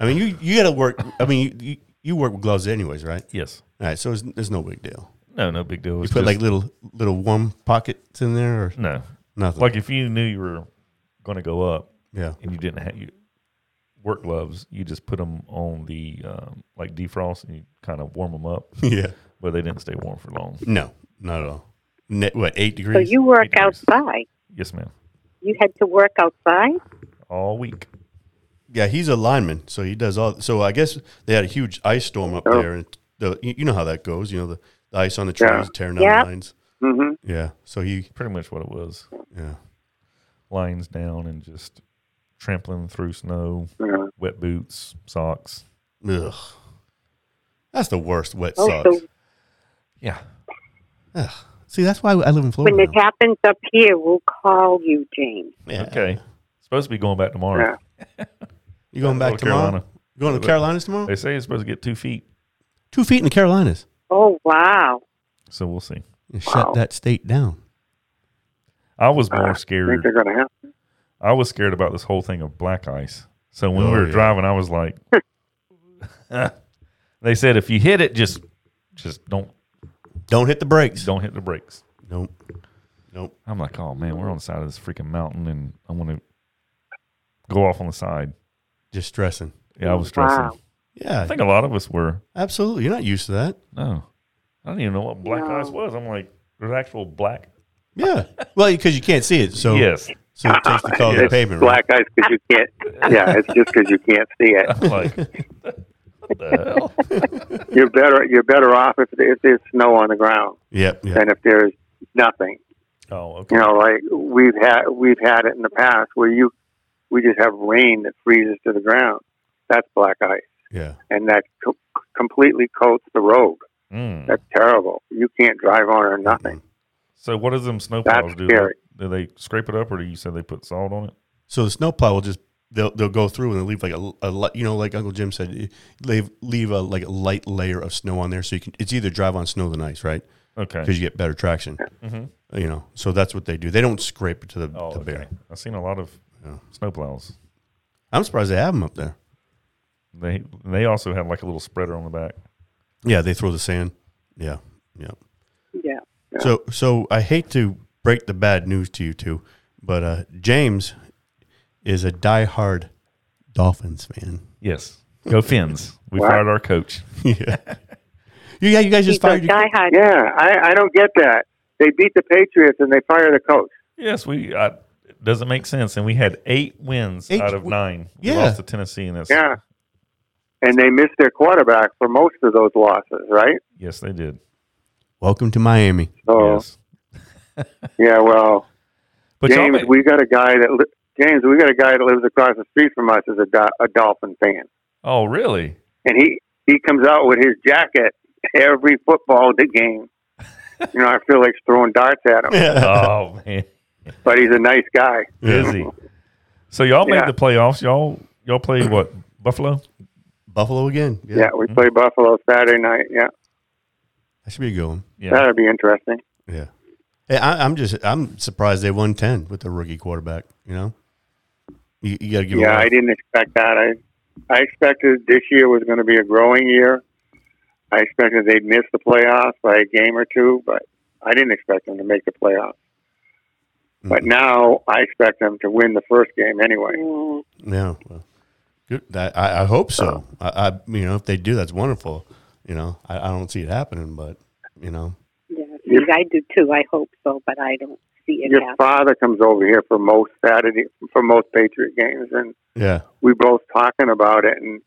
I mean, you you got to work. I mean, you, you, you work with gloves anyways, right?
Yes.
All right, so it's, there's no big deal.
No, no big deal.
You
It's
put
just-
like little little warm pockets in there or
no,
nothing.
like if you knew you were going to go up
yeah,
and you didn't have you work gloves, you just put them on the um, like defrost and you kind of warm them up,
yeah.
but they didn't stay warm for long.
No, not at all. Net, what eight degrees?
So you work
It is.
outside.
Yes, ma'am.
You had to work outside.
All week.
yeah, he's a lineman, so he does all. So I guess they had a huge ice storm up
Oh.
there, and the, you you know how that goes. You know the, the ice on the trees
Yeah.
tearing down
Yeah.
the lines.
hmm
Yeah. So he
Pretty much what it was.
yeah
Lines down and just trampling through snow,
Yeah.
wet boots, socks.
Ugh. That's the worst wet
Oh,
socks.
so
Yeah.
Ugh. See, that's why I live in
when
Florida.
it
now.
happens up here, we'll call you, James.
Yeah.
Okay. Supposed to be going back tomorrow.
Yeah.
You going back
North
tomorrow?
Carolina.
You going to the Carolinas tomorrow?
They say it's supposed to get two feet,
Two feet in the Carolinas.
Oh wow!
so we'll see.
You
Wow.
Shut that state down.
I was more
Uh, I
scared.
think they're going to have.
I was scared about this whole thing of black ice. So when
Oh,
we were
yeah.
driving, I was like, they said if you hit it, just just don't
Don't hit the brakes.
don't hit the brakes.
Nope. Nope.
I'm like, oh man, we're on the side of this freaking mountain, and I want to go off on the side.
Just stressing.
Yeah, I was stressing.
Wow.
Yeah,
I think a lot of us were.
absolutely. You're not used to that.
No, I don't even know what black
No.
ice was. I'm like, there's actual black.
Yeah. Well, because you can't see it, so
yes,
so it takes the color of the
Uh-uh. It's
pavement. Right?
black ice because you can't. Yeah, it's just because you can't see it.
I'm like, what the hell?
You're better. You're better off if, if there's snow on the ground
Yep. Yeah.
than if there's nothing.
Oh, okay.
you know, like we've had we've had it in the past where you we just have rain that freezes to the ground. That's black ice,
Yeah.
and that co- completely coats the road.
Mm.
That's terrible. You can't drive on or nothing.
So, what does them snowplows
That's
do? They-
scary.
Do they scrape it up, or do you say they put salt on it?
So the snowplow will just they'll they'll go through and they'll leave like a, a li- you know like Uncle Jim said leave leave a like a light layer of snow on there so you can it's either drive on snow than ice right
Okay.
because you get better traction
hmm
you know so that's what they do they don't scrape it to the,
Oh,
the
okay.
bare.
I've seen a lot of
Yeah.
snowplows.
I'm surprised they have them up there
They they also have like a little spreader on the back.
yeah they throw the sand yeah yeah
Yeah.
Yeah.
So, so I hate to break the bad news to you two, but uh, James is a diehard Dolphins fan.
Yes. Go Fins. We
Wow.
fired our coach.
yeah, you, yeah, you guys just
He's a
fired. Your,
diehard.
Yeah, I, I don't get that. They beat the Patriots and they fire the coach.
Yes, we. I, it doesn't make sense. And we had eight wins
Eight
out of
w-
nine. We
yeah.
lost to Tennessee, and that's
Yeah, and they missed their quarterback for most of those losses, right?
yes, they did.
welcome to Miami.
So
Yes,
yeah, well,
but y'all
James,
made-
we got a guy that li- James, we got a guy that lives across the street from us is a, do- a Dolphin fan.
oh really?
and he he comes out with his jacket every football game. You know, I feel like throwing darts at him,
oh man,
but he's a nice guy.
is he? So y'all made
Yeah.
the playoffs. Y'all y'all played what? Buffalo.
Buffalo again.
Yeah, we play Buffalo Saturday night. Yeah,
that should be a good one.
Yeah.
that'll be interesting.
Yeah, hey, I, I'm just I'm surprised they won ten with the rookie quarterback. You know, you, you got to give.
yeah,
a
I didn't expect that. I I expected this year was going to be a growing year. I expected they'd miss the playoffs by a game or two, but I didn't expect them to make the playoffs. But now I expect them to win the first game anyway.
Mm.
Yeah, well, good. That, I, I hope so.
Uh-huh.
I, I, you know, if they do, that's wonderful. You know, I, I don't see it happening, but you know,
Yeah.
You're-
See, I do too. I hope so, but I don't see it
Your
happen.
father comes over here for most Saturday for most Patriot games, and
yeah,
we both talking about it, and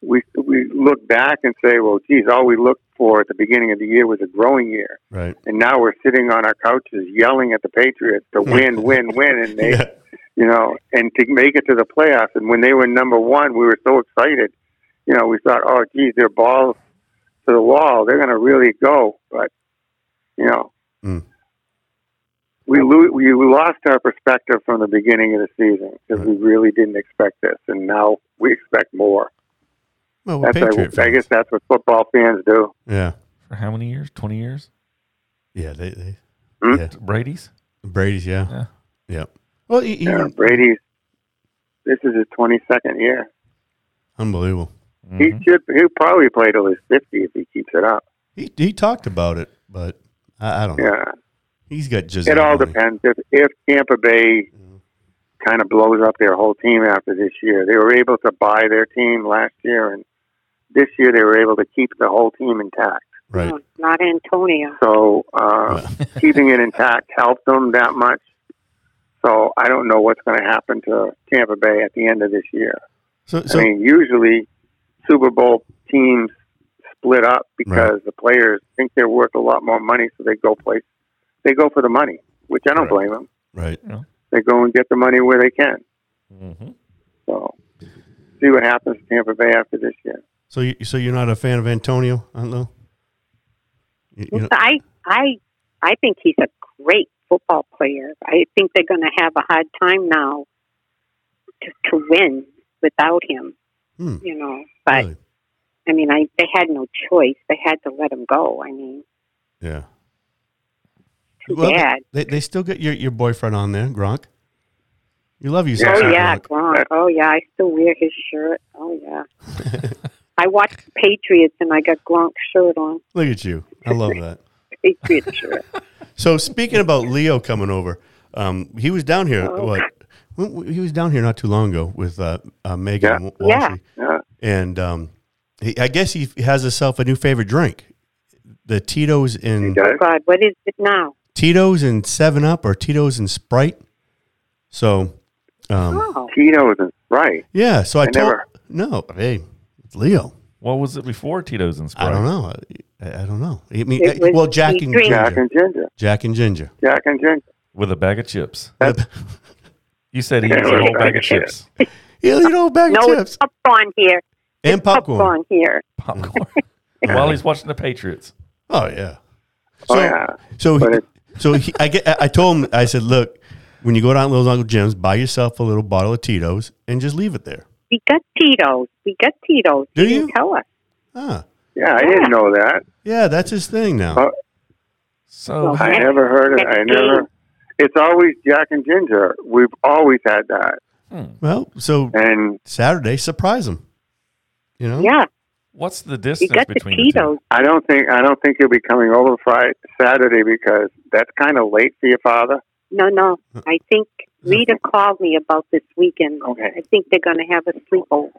we we look back and say, well, geez, all we looked for at the beginning of the year was a growing year,
right.
and now we're sitting on our couches yelling at the Patriots to win, win, win, and they,
Yeah,
you know, and to make it to the playoffs. And when they were number one, we were so excited, you know, we thought, oh, geez, their balls to the wall, they're going to really go, but you know.
Mm.
We, lo- we lost our perspective from the beginning of the season because we really didn't expect this, and now we expect more.
well, we're
That's
Patriot
I, I
fans.
guess that's what football fans do.
Yeah,
For how many years? Twenty years?
yeah, they, they
Hmm?
yeah,
Brady's.
Brady's, yeah,
Yeah.
Yep. Well, e-
Yeah,
even-
Brady's. This is his twenty second year.
unbelievable.
Mhm.
He should. He'll probably play till his fifty if he keeps it up.
He he talked about it, but I, I don't know.
Yeah,
He's got just
it all depends. If if Tampa Bay kind of blows up their whole team after this year, they were able to buy their team last year, and this year they were able to keep the whole team intact.
right?
No, not Antonio.
So uh, keeping it intact helped them that much. So I don't know what's going to happen to Tampa Bay at the end of this year.
So so
I mean, usually Super Bowl teams split up because the players think they're worth a lot more money, so they go play. They go for the money, which I don't
Right.
blame them.
right.
They go and get the money where they can.
Mhm.
So, see what happens to Tampa Bay after this year.
So you so you're not a fan of Antonio? I don't know. You, you know
I I I think he's a great football player. I think they're going to have a hard time now to, to win without him.
Hmm.
You know, but
really?
I mean, I they had no choice. They had to let him go. I mean,
yeah.
too
Well,
bad.
They, they still get your, your boyfriend on there, Gronk. You love you,
Yeah.
Sassy
oh yeah,
Gronk.
Gronk. Oh yeah, I still wear his shirt. Oh yeah. I watched the Patriots and I got Gronk's shirt on.
Look at you. I love that.
Patriots shirt.
So speaking about Leo coming over, um, he was down here. What? when- He was down here not too long ago with uh, uh, Megan yeah.
Yeah.
Yeah.
and um, he, I guess he has himself a new favorite drink, the Tito's
He
and
does.
God, what is it now?
Tito's and Seven Up or Tito's and Sprite. So, um,
Oh,
Tito's and Sprite.
yeah. So I,
I
told
never-
no. Hey, it's Leo.
What was it before Tito's and Sprite?
I don't know. I, I don't know. I mean,
It was
well, Jack
the
and
drink.
Ginger.
Jack and Ginger.
Jack and Ginger.
Jack and Ginger.
With a bag of chips.
That's-
You said he
Yeah,
eats a
with a
whole
bag
bag
of
of chips.
Yeah, you know, bag
no,
of
it's
chips
popcorn here.
and popcorn.
Popcorn here.
Popcorn. While he's watching the Patriots.
Oh yeah. So,
Oh, yeah.
So,
But
he,
it-
so he, I get. I told him. I said, look, when you go down to Little Uncle Jim's, buy yourself a little bottle of Tito's and just leave it there.
We got Tito's. We got Tito's.
Do
He
you?
didn't tell us.
Ah,
Yeah, I didn't know that.
yeah, that's his thing now.
Oh.
So
Well,
I never heard it. I never. It's always Jack and Ginger. We've always had that.
Well, so
And
Saturday, surprise him. You know.
Yeah,
what's the
we
distance
got the
between the two?
Tito's.
I don't think I don't think he'll be coming over Friday Saturday because that's kind of late for your father.
No, no. I think Rita called me about this weekend.
Okay.
I think they're going to have a sleepover.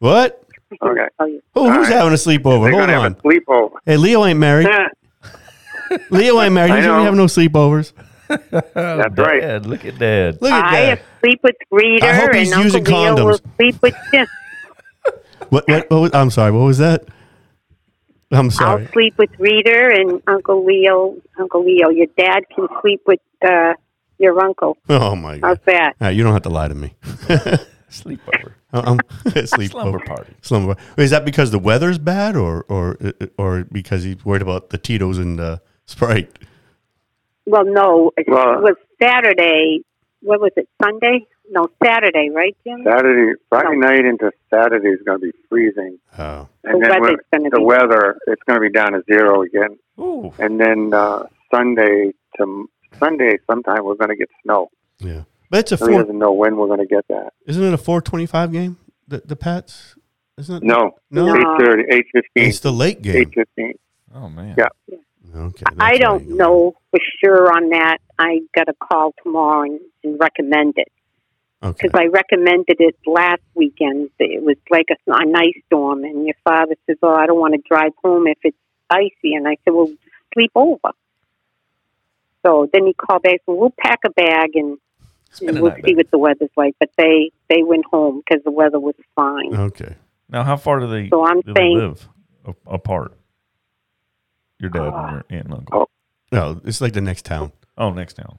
What?
I can
Okay.
tell you.
Oh, who's
right.
having a sleepover?
They're
Hold
gonna have
on.
a sleepover.
Hey, Leo ain't married. Leo ain't married.
I
He's
know.
not having no sleepovers.
Oh,
That's right.
Dad, Look at Dad.
Look at
I
that.
sleep with Rita,
I hope
and
he's
Uncle
using
Leo will
condoms.
sleep with Jim.
What, what, what was, I'm sorry. What was that? I'm sorry.
I'll sleep with Rita and Uncle Leo. Uncle Leo, your dad can sleep with uh, your uncle.
Oh my god.
How's that?
All right, you don't have to lie to me.
Sleepover.
I'm sleep
Slumber party.
Slumber party. Is that because the weather's bad, or or or because he's worried about the Tito's and uh, Sprite?
Well, no, it
Well-
was Saturday. What was it? Sunday? No, Saturday, right, Jim?
Saturday, Friday night into Saturday is going to be freezing,
Oh,
and
The
then
weather's
when-
gonna
the
be-
weather it's going to be down to zero again.
Ooh.
And then uh, Sunday to Sunday sometime we're going to get snow.
yeah. But it's a
So he
four.
doesn't know when we're going to get that.
Isn't it a four twenty-five game? The the Pats. Isn't it?
No,
No.
No.
eight thirty, eight fifteen,
It's the late game.
eight fifteen.
Oh man.
Yeah.
Okay.
I
that's
don't
why you-
know for sure on that. I got a call tomorrow and, and recommend it
Okay.
because I recommended it last weekend. It was like a, a nice storm, and your father says, "Oh, I don't want to drive home if it's icy." And I said, "Well, sleep over." So then he called back. Well, we'll pack a bag and,
a
and we'll
night
see
bag."
what the weather's like. But they they went home because the weather was fine.
Okay.
Now, how far do they,
So I'm
do
saying-
they live a- apart? Your dad and your aunt and uncle.
Oh.
No, it's like the next town,
Oh, next town.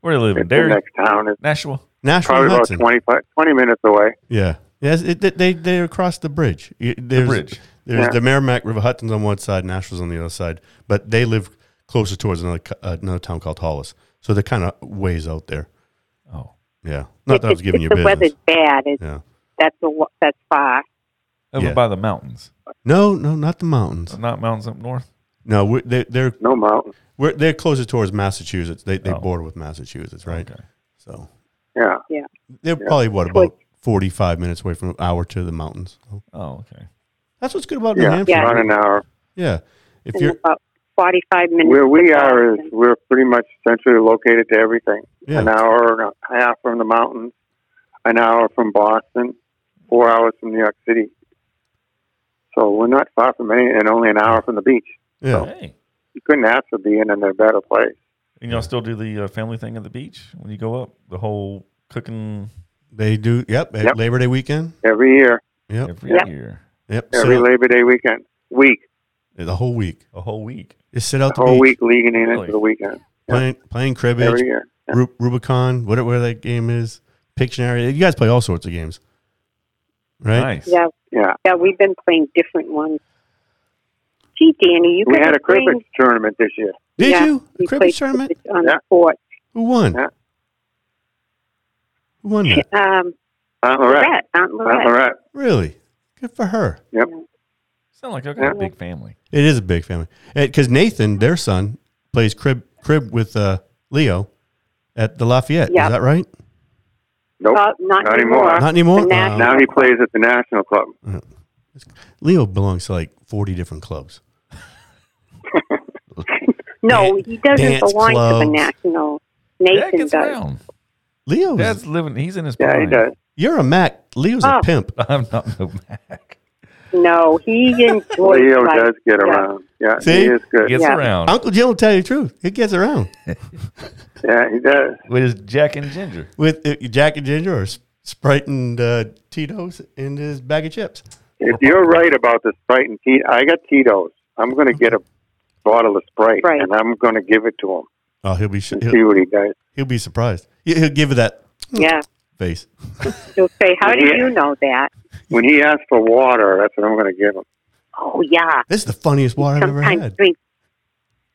Where do they live? In
It's the
Derry?
next town is
Nashua?
Nashville
probably about
Hudson.
25, 20 minutes away.
Yeah. Yes. It, they- they they're across the bridge. Y- There's,
bridge.
There's
Yeah.
the Merrimack River. Hutton's on one side. Nashville's on the other side. But they live closer towards another co- uh, another town called Hollis. So they're kind of ways out there.
Oh.
Yeah. Not that I was
If-
giving you
if the
business.
weather's bad. It's,
Yeah.
That's a lo- that's far.
Over
Yeah.
by the mountains.
No, no, not the mountains.
Not mountains up north.
No, we're, they, they're
No mountain.
we're, they're closer towards Massachusetts. They they
Oh.
border with Massachusetts, right?
Okay.
So
Yeah.
they're probably what about forty five minutes away from an hour to the mountains. So
Oh, okay.
that's what's good about New
Yeah.
Hampshire.
About an hour.
Yeah. If
in
you're
about forty five minutes.
Where we
to
are is
Boston.
we're pretty much centrally located to everything.
yeah.
An hour and a half from the mountains, an hour from Boston, four hours from New York City. So we're not far from any, and only an hour from the beach.
Yeah.
Hey.
You couldn't ask for being in a better place.
And y'all still do the uh, family thing at the beach when you go up? The whole cooking
They do. Yep, at
Yep.
Labor Day weekend.
Every year,
Yep,
every
Yep.
year,
yep.
every
sit out-
Labor Day weekend, week,
the whole week.
a whole week.
Just sit out the,
whole
beach,
week leading in
Really?
into the weekend.
playing playing cribbage,
Every year. Yeah.
Ru- Rubicon, whatever where that game is, Pictionary. You guys play all sorts of games, right?
Nice.
Yeah,
yeah.
yeah, we've been playing different ones. Gee, Danny, you
We
could
had a
have played-
cribbage tournament this year.
Did
yeah,
you
we played
cribbage tournament?
cribbage on
Yeah.
the court.
Who won?
Yeah.
Who won that?
Um,
Aunt Lorette.
Lorette, Aunt
Aunt
Lorette.
Lorette.
Really good for her.
Yep.
Sound like y'all got a
Yeah.
big family.
It is a big family because Nathan, their son, plays crib crib with uh, Leo at the Lafayette.
Yeah.
Is that right?
Nope.
Uh, not,
Not
anymore.
anymore.
Not anymore?
The
Wow.
National
now he plays at the National Club.
Leo belongs to like forty different clubs.
No, he doesn't
dance
belong to the
clubs.
national.
Dad
Nathan
gets
does.
around.
Leo's
Dad's living. He's in his
Yeah, he
prime.
does.
you're a Mac. Leo's
Oh.
a pimp.
I'm not no Mac.
No, he enjoys.
Leo
life.
does get
Yeah.
around. Yeah,
See?
he is
He
good.
gets
Yeah.
around
Uncle Jim will tell you the truth. He gets around
Yeah, he does.
with his Jack and Ginger.
with uh, Jack and Ginger or S- Sprite and uh, Tito's and his bag of chips.
If you're right about the Sprite and Tito, I got Tito's. I'm going to get a bottle of Sprite
Right.
and I'm going to give it to him
Oh, he'll be sh-
and
he'll,
see what he does.
he'll be surprised. He- He'll give her that
Yeah,
face.
he'll say, "How do
Yeah.
you know that?"
When he asks for water, that's what I'm going to give him.
Oh yeah.
This is the funniest water I've ever
Sometimes
had.
drink.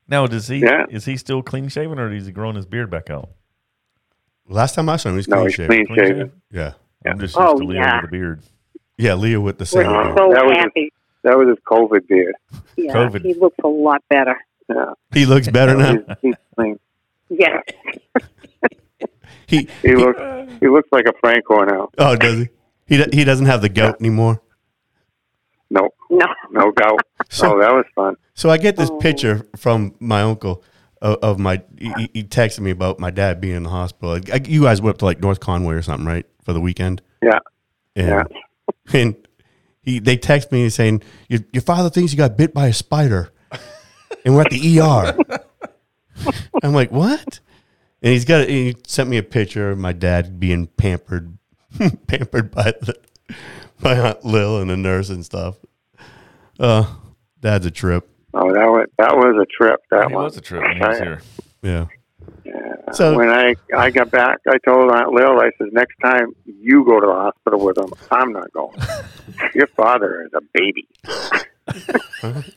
Now, does he?
Yeah.
Is he still clean shaven, or is he growing his beard back out?
Last time I saw him, he's
No,
clean
he's
shaven.
clean shaven.
shaven?
Yeah,
I'm just used
Oh,
to Leo
yeah.
with a beard.
yeah. Leo with the
We're
same.
Uh,
beard.
so
that was a-
happy.
That was his COVID beard.
Yeah,
COVID.
he looks a lot better.
Yeah,
He looks better now.
he's, he's clean.
Yeah,
He
He looks he looks like a Franco now.
oh, does he? He do- he doesn't have the gout anymore.
No,
no,
no doubt.
So
oh, that was fun.
So I get this
Oh.
picture from my uncle of, of my. He, he- he texted me about my dad being in the hospital. Like, I, you guys went up to like North Conway or something, right, for the weekend?
Yeah.
And,
Yeah.
And he they text me saying your your father thinks you got bit by a spider, and we're at the ER. I'm like, what? And he's got. A, he sent me a picture of my dad being pampered, pampered by the by Aunt Lil and the nurse and stuff. Uh, dad's a trip.
Oh, that was that was a trip. That
He
one.
was a trip when he was
I-
here.
Yeah. So
when I I got back, I told Aunt Lil, I said, next time you go to the hospital with him, I'm not going. Your father is a baby.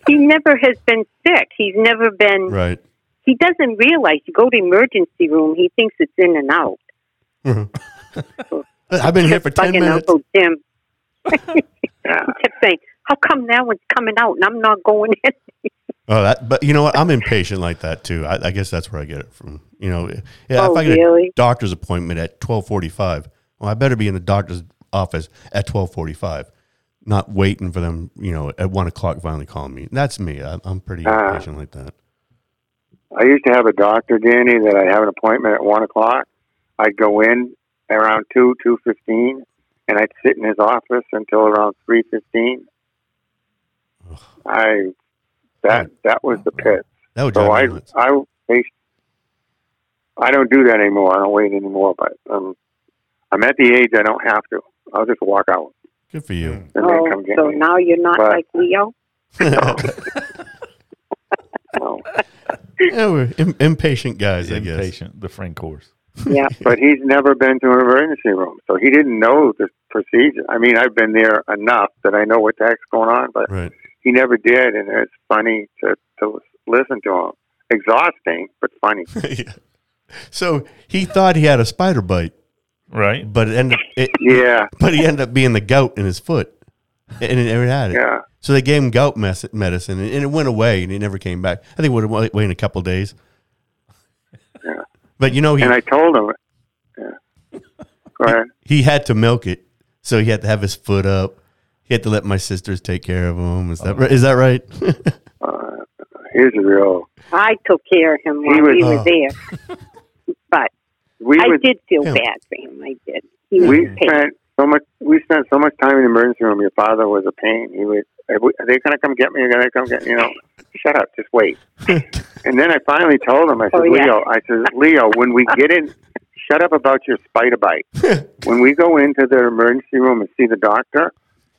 he never has been sick. He's never been.
right.
He doesn't realize you go to emergency room. He thinks it's in and out.
I've been here for ten
Fucking
minutes.
Uncle Jim
Yeah.
kept saying, "How come that one's coming out and I'm not going in?"
Oh, that, but you know what? I'm impatient like that too. I, I guess that's where I get it from. You know, yeah.
Oh,
if I get a
really?
doctor's appointment at twelve forty-five, well, I better be in the doctor's office at twelve forty-five, not waiting for them. You know, at one o'clock finally calling me. That's me. I, I'm pretty
Ah.
impatient like that.
I used to have a doctor, Danny, that I'd have an appointment at one o'clock. I'd go in around two, two fifteen, and I'd sit in his office until around three fifteen. I that that was the pit.
That would drive
So I
me nuts.
I I- I don't do that anymore. I don't wait anymore. But um, I'm at the age I don't have to. I'll just walk out
Good for you.
and
oh,
then come get
so
me.
now you're not
But-
like Leo.
No.
Yeah, we're im- impatient guys. I guess.
Impatient, the Frank course.
Yeah,
but he's never been to an emergency room, so he didn't know the procedure. I mean, I've been there enough that I know what the heck's going on, but
Right.
he never did, and it's funny to to listen to him. Exhausting, but funny.
yeah. So he thought he had a spider bite,
Right.
but it ended. It,
Yeah,
but he ended up being the gout in his foot, and it never had it.
yeah.
So they gave him gout mes- medicine, and and it went away, and it never came back. I think it would have waited a couple days.
Yeah.
But you know, he
And I told him, yeah. Go ahead.
he had to milk it, so he had to have his foot up. He had to let my sisters take care of him. Is
Oh.
that right? Is that right?
Uh, here's the real.
I took care of him
He
while he
was-
was,
Oh.
there, but
We
I
would,
did feel
Yeah.
bad for him. I did. He was
we
patient.
spent so much. We spent so much time in the emergency room. Your father was a pain. He was. Are we- are they gonna come get me? Are they gonna come get you know? Shut up. Just wait. and then I finally told him. I said,
Oh, yeah.
Leo. I said, Leo. When we get in, shut up about your spider bite. when we go into the emergency room and see the doctor,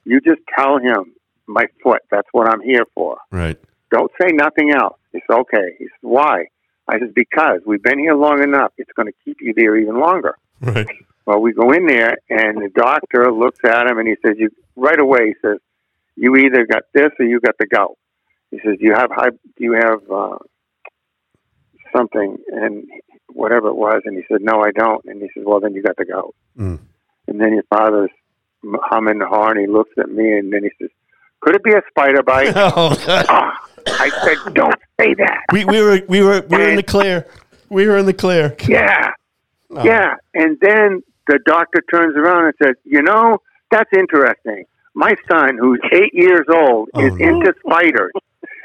you just tell him my foot. That's what I'm here for.
right.
Don't say nothing else. He said, okay. He said, why? I said, because we've been here long enough. It's going to keep you there even longer.
Right.
Well, we go in there, and the doctor looks at him, and he says, "You right away." He says, "You either got this or you got the gout." He says, "Do you have high? Do you have uh, something?" And whatever it was, and he said, "No, I don't." And he says, "Well, then you got the gout."
Mm.
And then your father's humming the horn. He looks at me, and then he says, "Could it be a spider bite?"
Oh, God.
Ah, I said, "Don't say that."
we we were we were we were in the clear. We were in the clear.
Yeah.
No.
Yeah, and then the doctor turns around and says, "You know, that's interesting. My son, who's eight years old,
Oh,
is
no.
into spiders."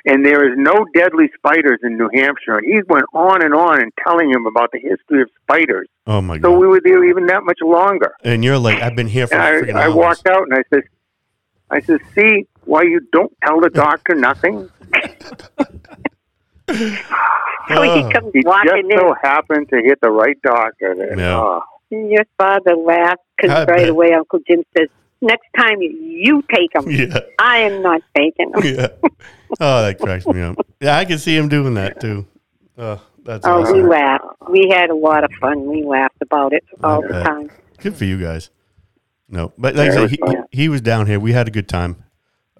and there is no deadly spiders in New Hampshire. And he went on and on and telling him about the history of spiders.
Oh my
So
god!
we were there even that much longer.
and you're like, I've been here for.
And
freaking
I, I
hours.
walked out and I said, I said, see why you don't tell the doctor nothing?
So
Ah.
he comes
He just
walking
so happened to hit the right doctor. And,
Yeah.
uh,
in, and your father laughs
I
because right
bet.
away Uncle Jim says, "Next time you take him,
Yeah,
I am not taking him."
yeah. Oh, that cracks me up. Yeah, I can see him doing that too. Oh, that's
Oh, we
awesome.
laughed. We had a lot of fun. We laughed about it all the
bet.
time.
Good for you guys. No, but like I said, he,
Yeah.
he was down here. We had a good time.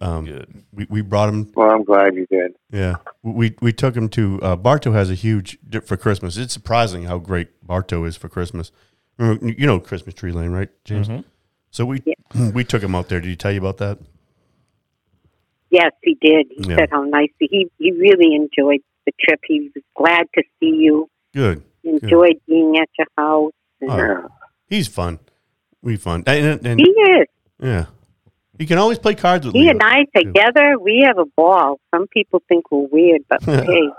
Um,
Good.
we, we brought him
well, I'm glad you did.
Yeah, we we took him to uh, Bartow has a huge di- for Christmas. It's surprising how great Bartow is for Christmas. Remember- You know Christmas Tree Lane, right, James?
Mhm.
So we we took him out there. Did he tell you about that?
Yes, he did. He
Yeah.
said how nice he he really enjoyed the trip. He was glad to see you.
Good.
He enjoyed being at your house. And
Oh,
Yeah.
He's fun. We fun. And, and- and-
He is.
yeah, you can always play cards with
He
Leo.
and I together, we have a ball. Some people think we're weird, but hey,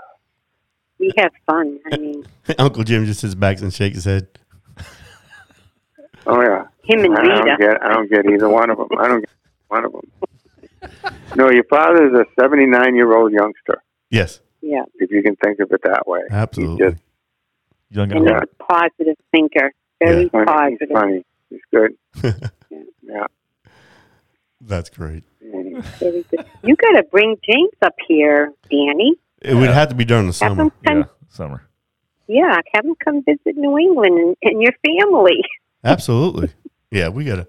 we have fun. I mean,
Uncle Jim just sits back and shakes his head.
Oh, yeah.
him and
I don't
Rita.
get. I don't get either one of them. I don't get one of them. No, your father is a 79 year old youngster,
Yes,
Yeah,
if you can think of it that way.
absolutely.
He's just
Young
and
at heart.
he's a positive thinker. Very
funny.
positive.
He's funny. He's good. yeah.
That's great.
Very good. You got to bring James up here, Danny.
It would have to be during the
Have
summer.
him come.
Yeah, summer.
Yeah, have him come visit New England and, and your family.
Absolutely. Yeah, we gotta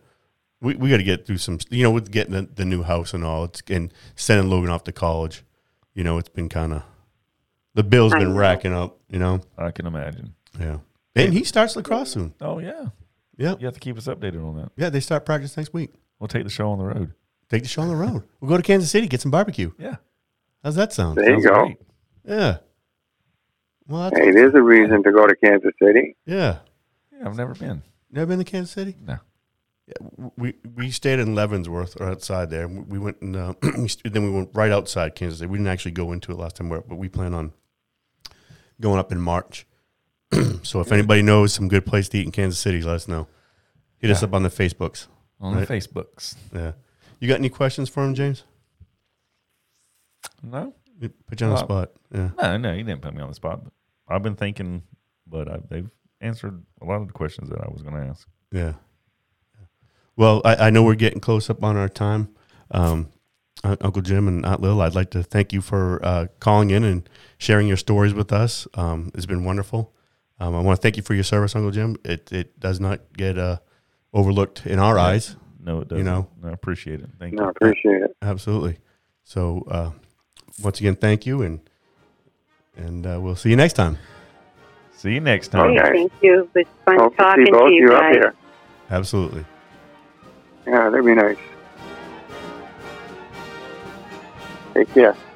we, we gotta get through some you know, with getting the, the new house and all, it's and sending Logan off to college. You know, it's been kinda the bill's
I
been
know.
racking up, you know.
I can imagine.
Yeah. And he starts lacrosse soon.
Oh yeah.
Yeah.
You have to keep us updated on that.
Yeah, they start practice next week.
We'll take the show on the road.
Take the show on the road. We'll go to Kansas City, get some barbecue.
Yeah.
How's that sound?
There you
Sounds
go.
great.
Yeah. Well that's,
Hey, it is a reason to go to Kansas City.
yeah.
Yeah, I've never been.
Never been to Kansas City?
No.
Yeah, we we stayed in Leavenworth or outside there. We we went and uh, we st- then we went right outside Kansas City. We didn't actually go into it last time, we were- but we plan on going up in March. so if anybody knows some good place to eat in Kansas City, let us know. Hit us up on the Facebooks.
On
Right.
the Facebooks.
Yeah, you got any questions for him, James?
No?
We Put you on the
Uh,
spot. Yeah,
No, no, you didn't put me on the spot. But I've been thinking, but I, they've answered a lot of the questions that I was going to ask.
yeah. Well, I, I know we're getting close up on our time. Um, Un- Uncle Jim and Aunt Lil, I'd like to thank you for uh, calling in and sharing your stories with us. Um, it's been wonderful. Um, I want to thank you for your service, Uncle Jim. It it does not get uh, overlooked in our eyes.
No, it doesn't.
You know.
I appreciate it. Thank
No, I
you.
appreciate it.
Absolutely. So uh, once again, thank you, and and uh, we'll see you next time.
See you next time.
Hey,
Okay.
thank you. It was fun
Hope to
talking
see
to,
both of
you
you up
guys.
here.
Absolutely.
Yeah, that'd be nice. Take care.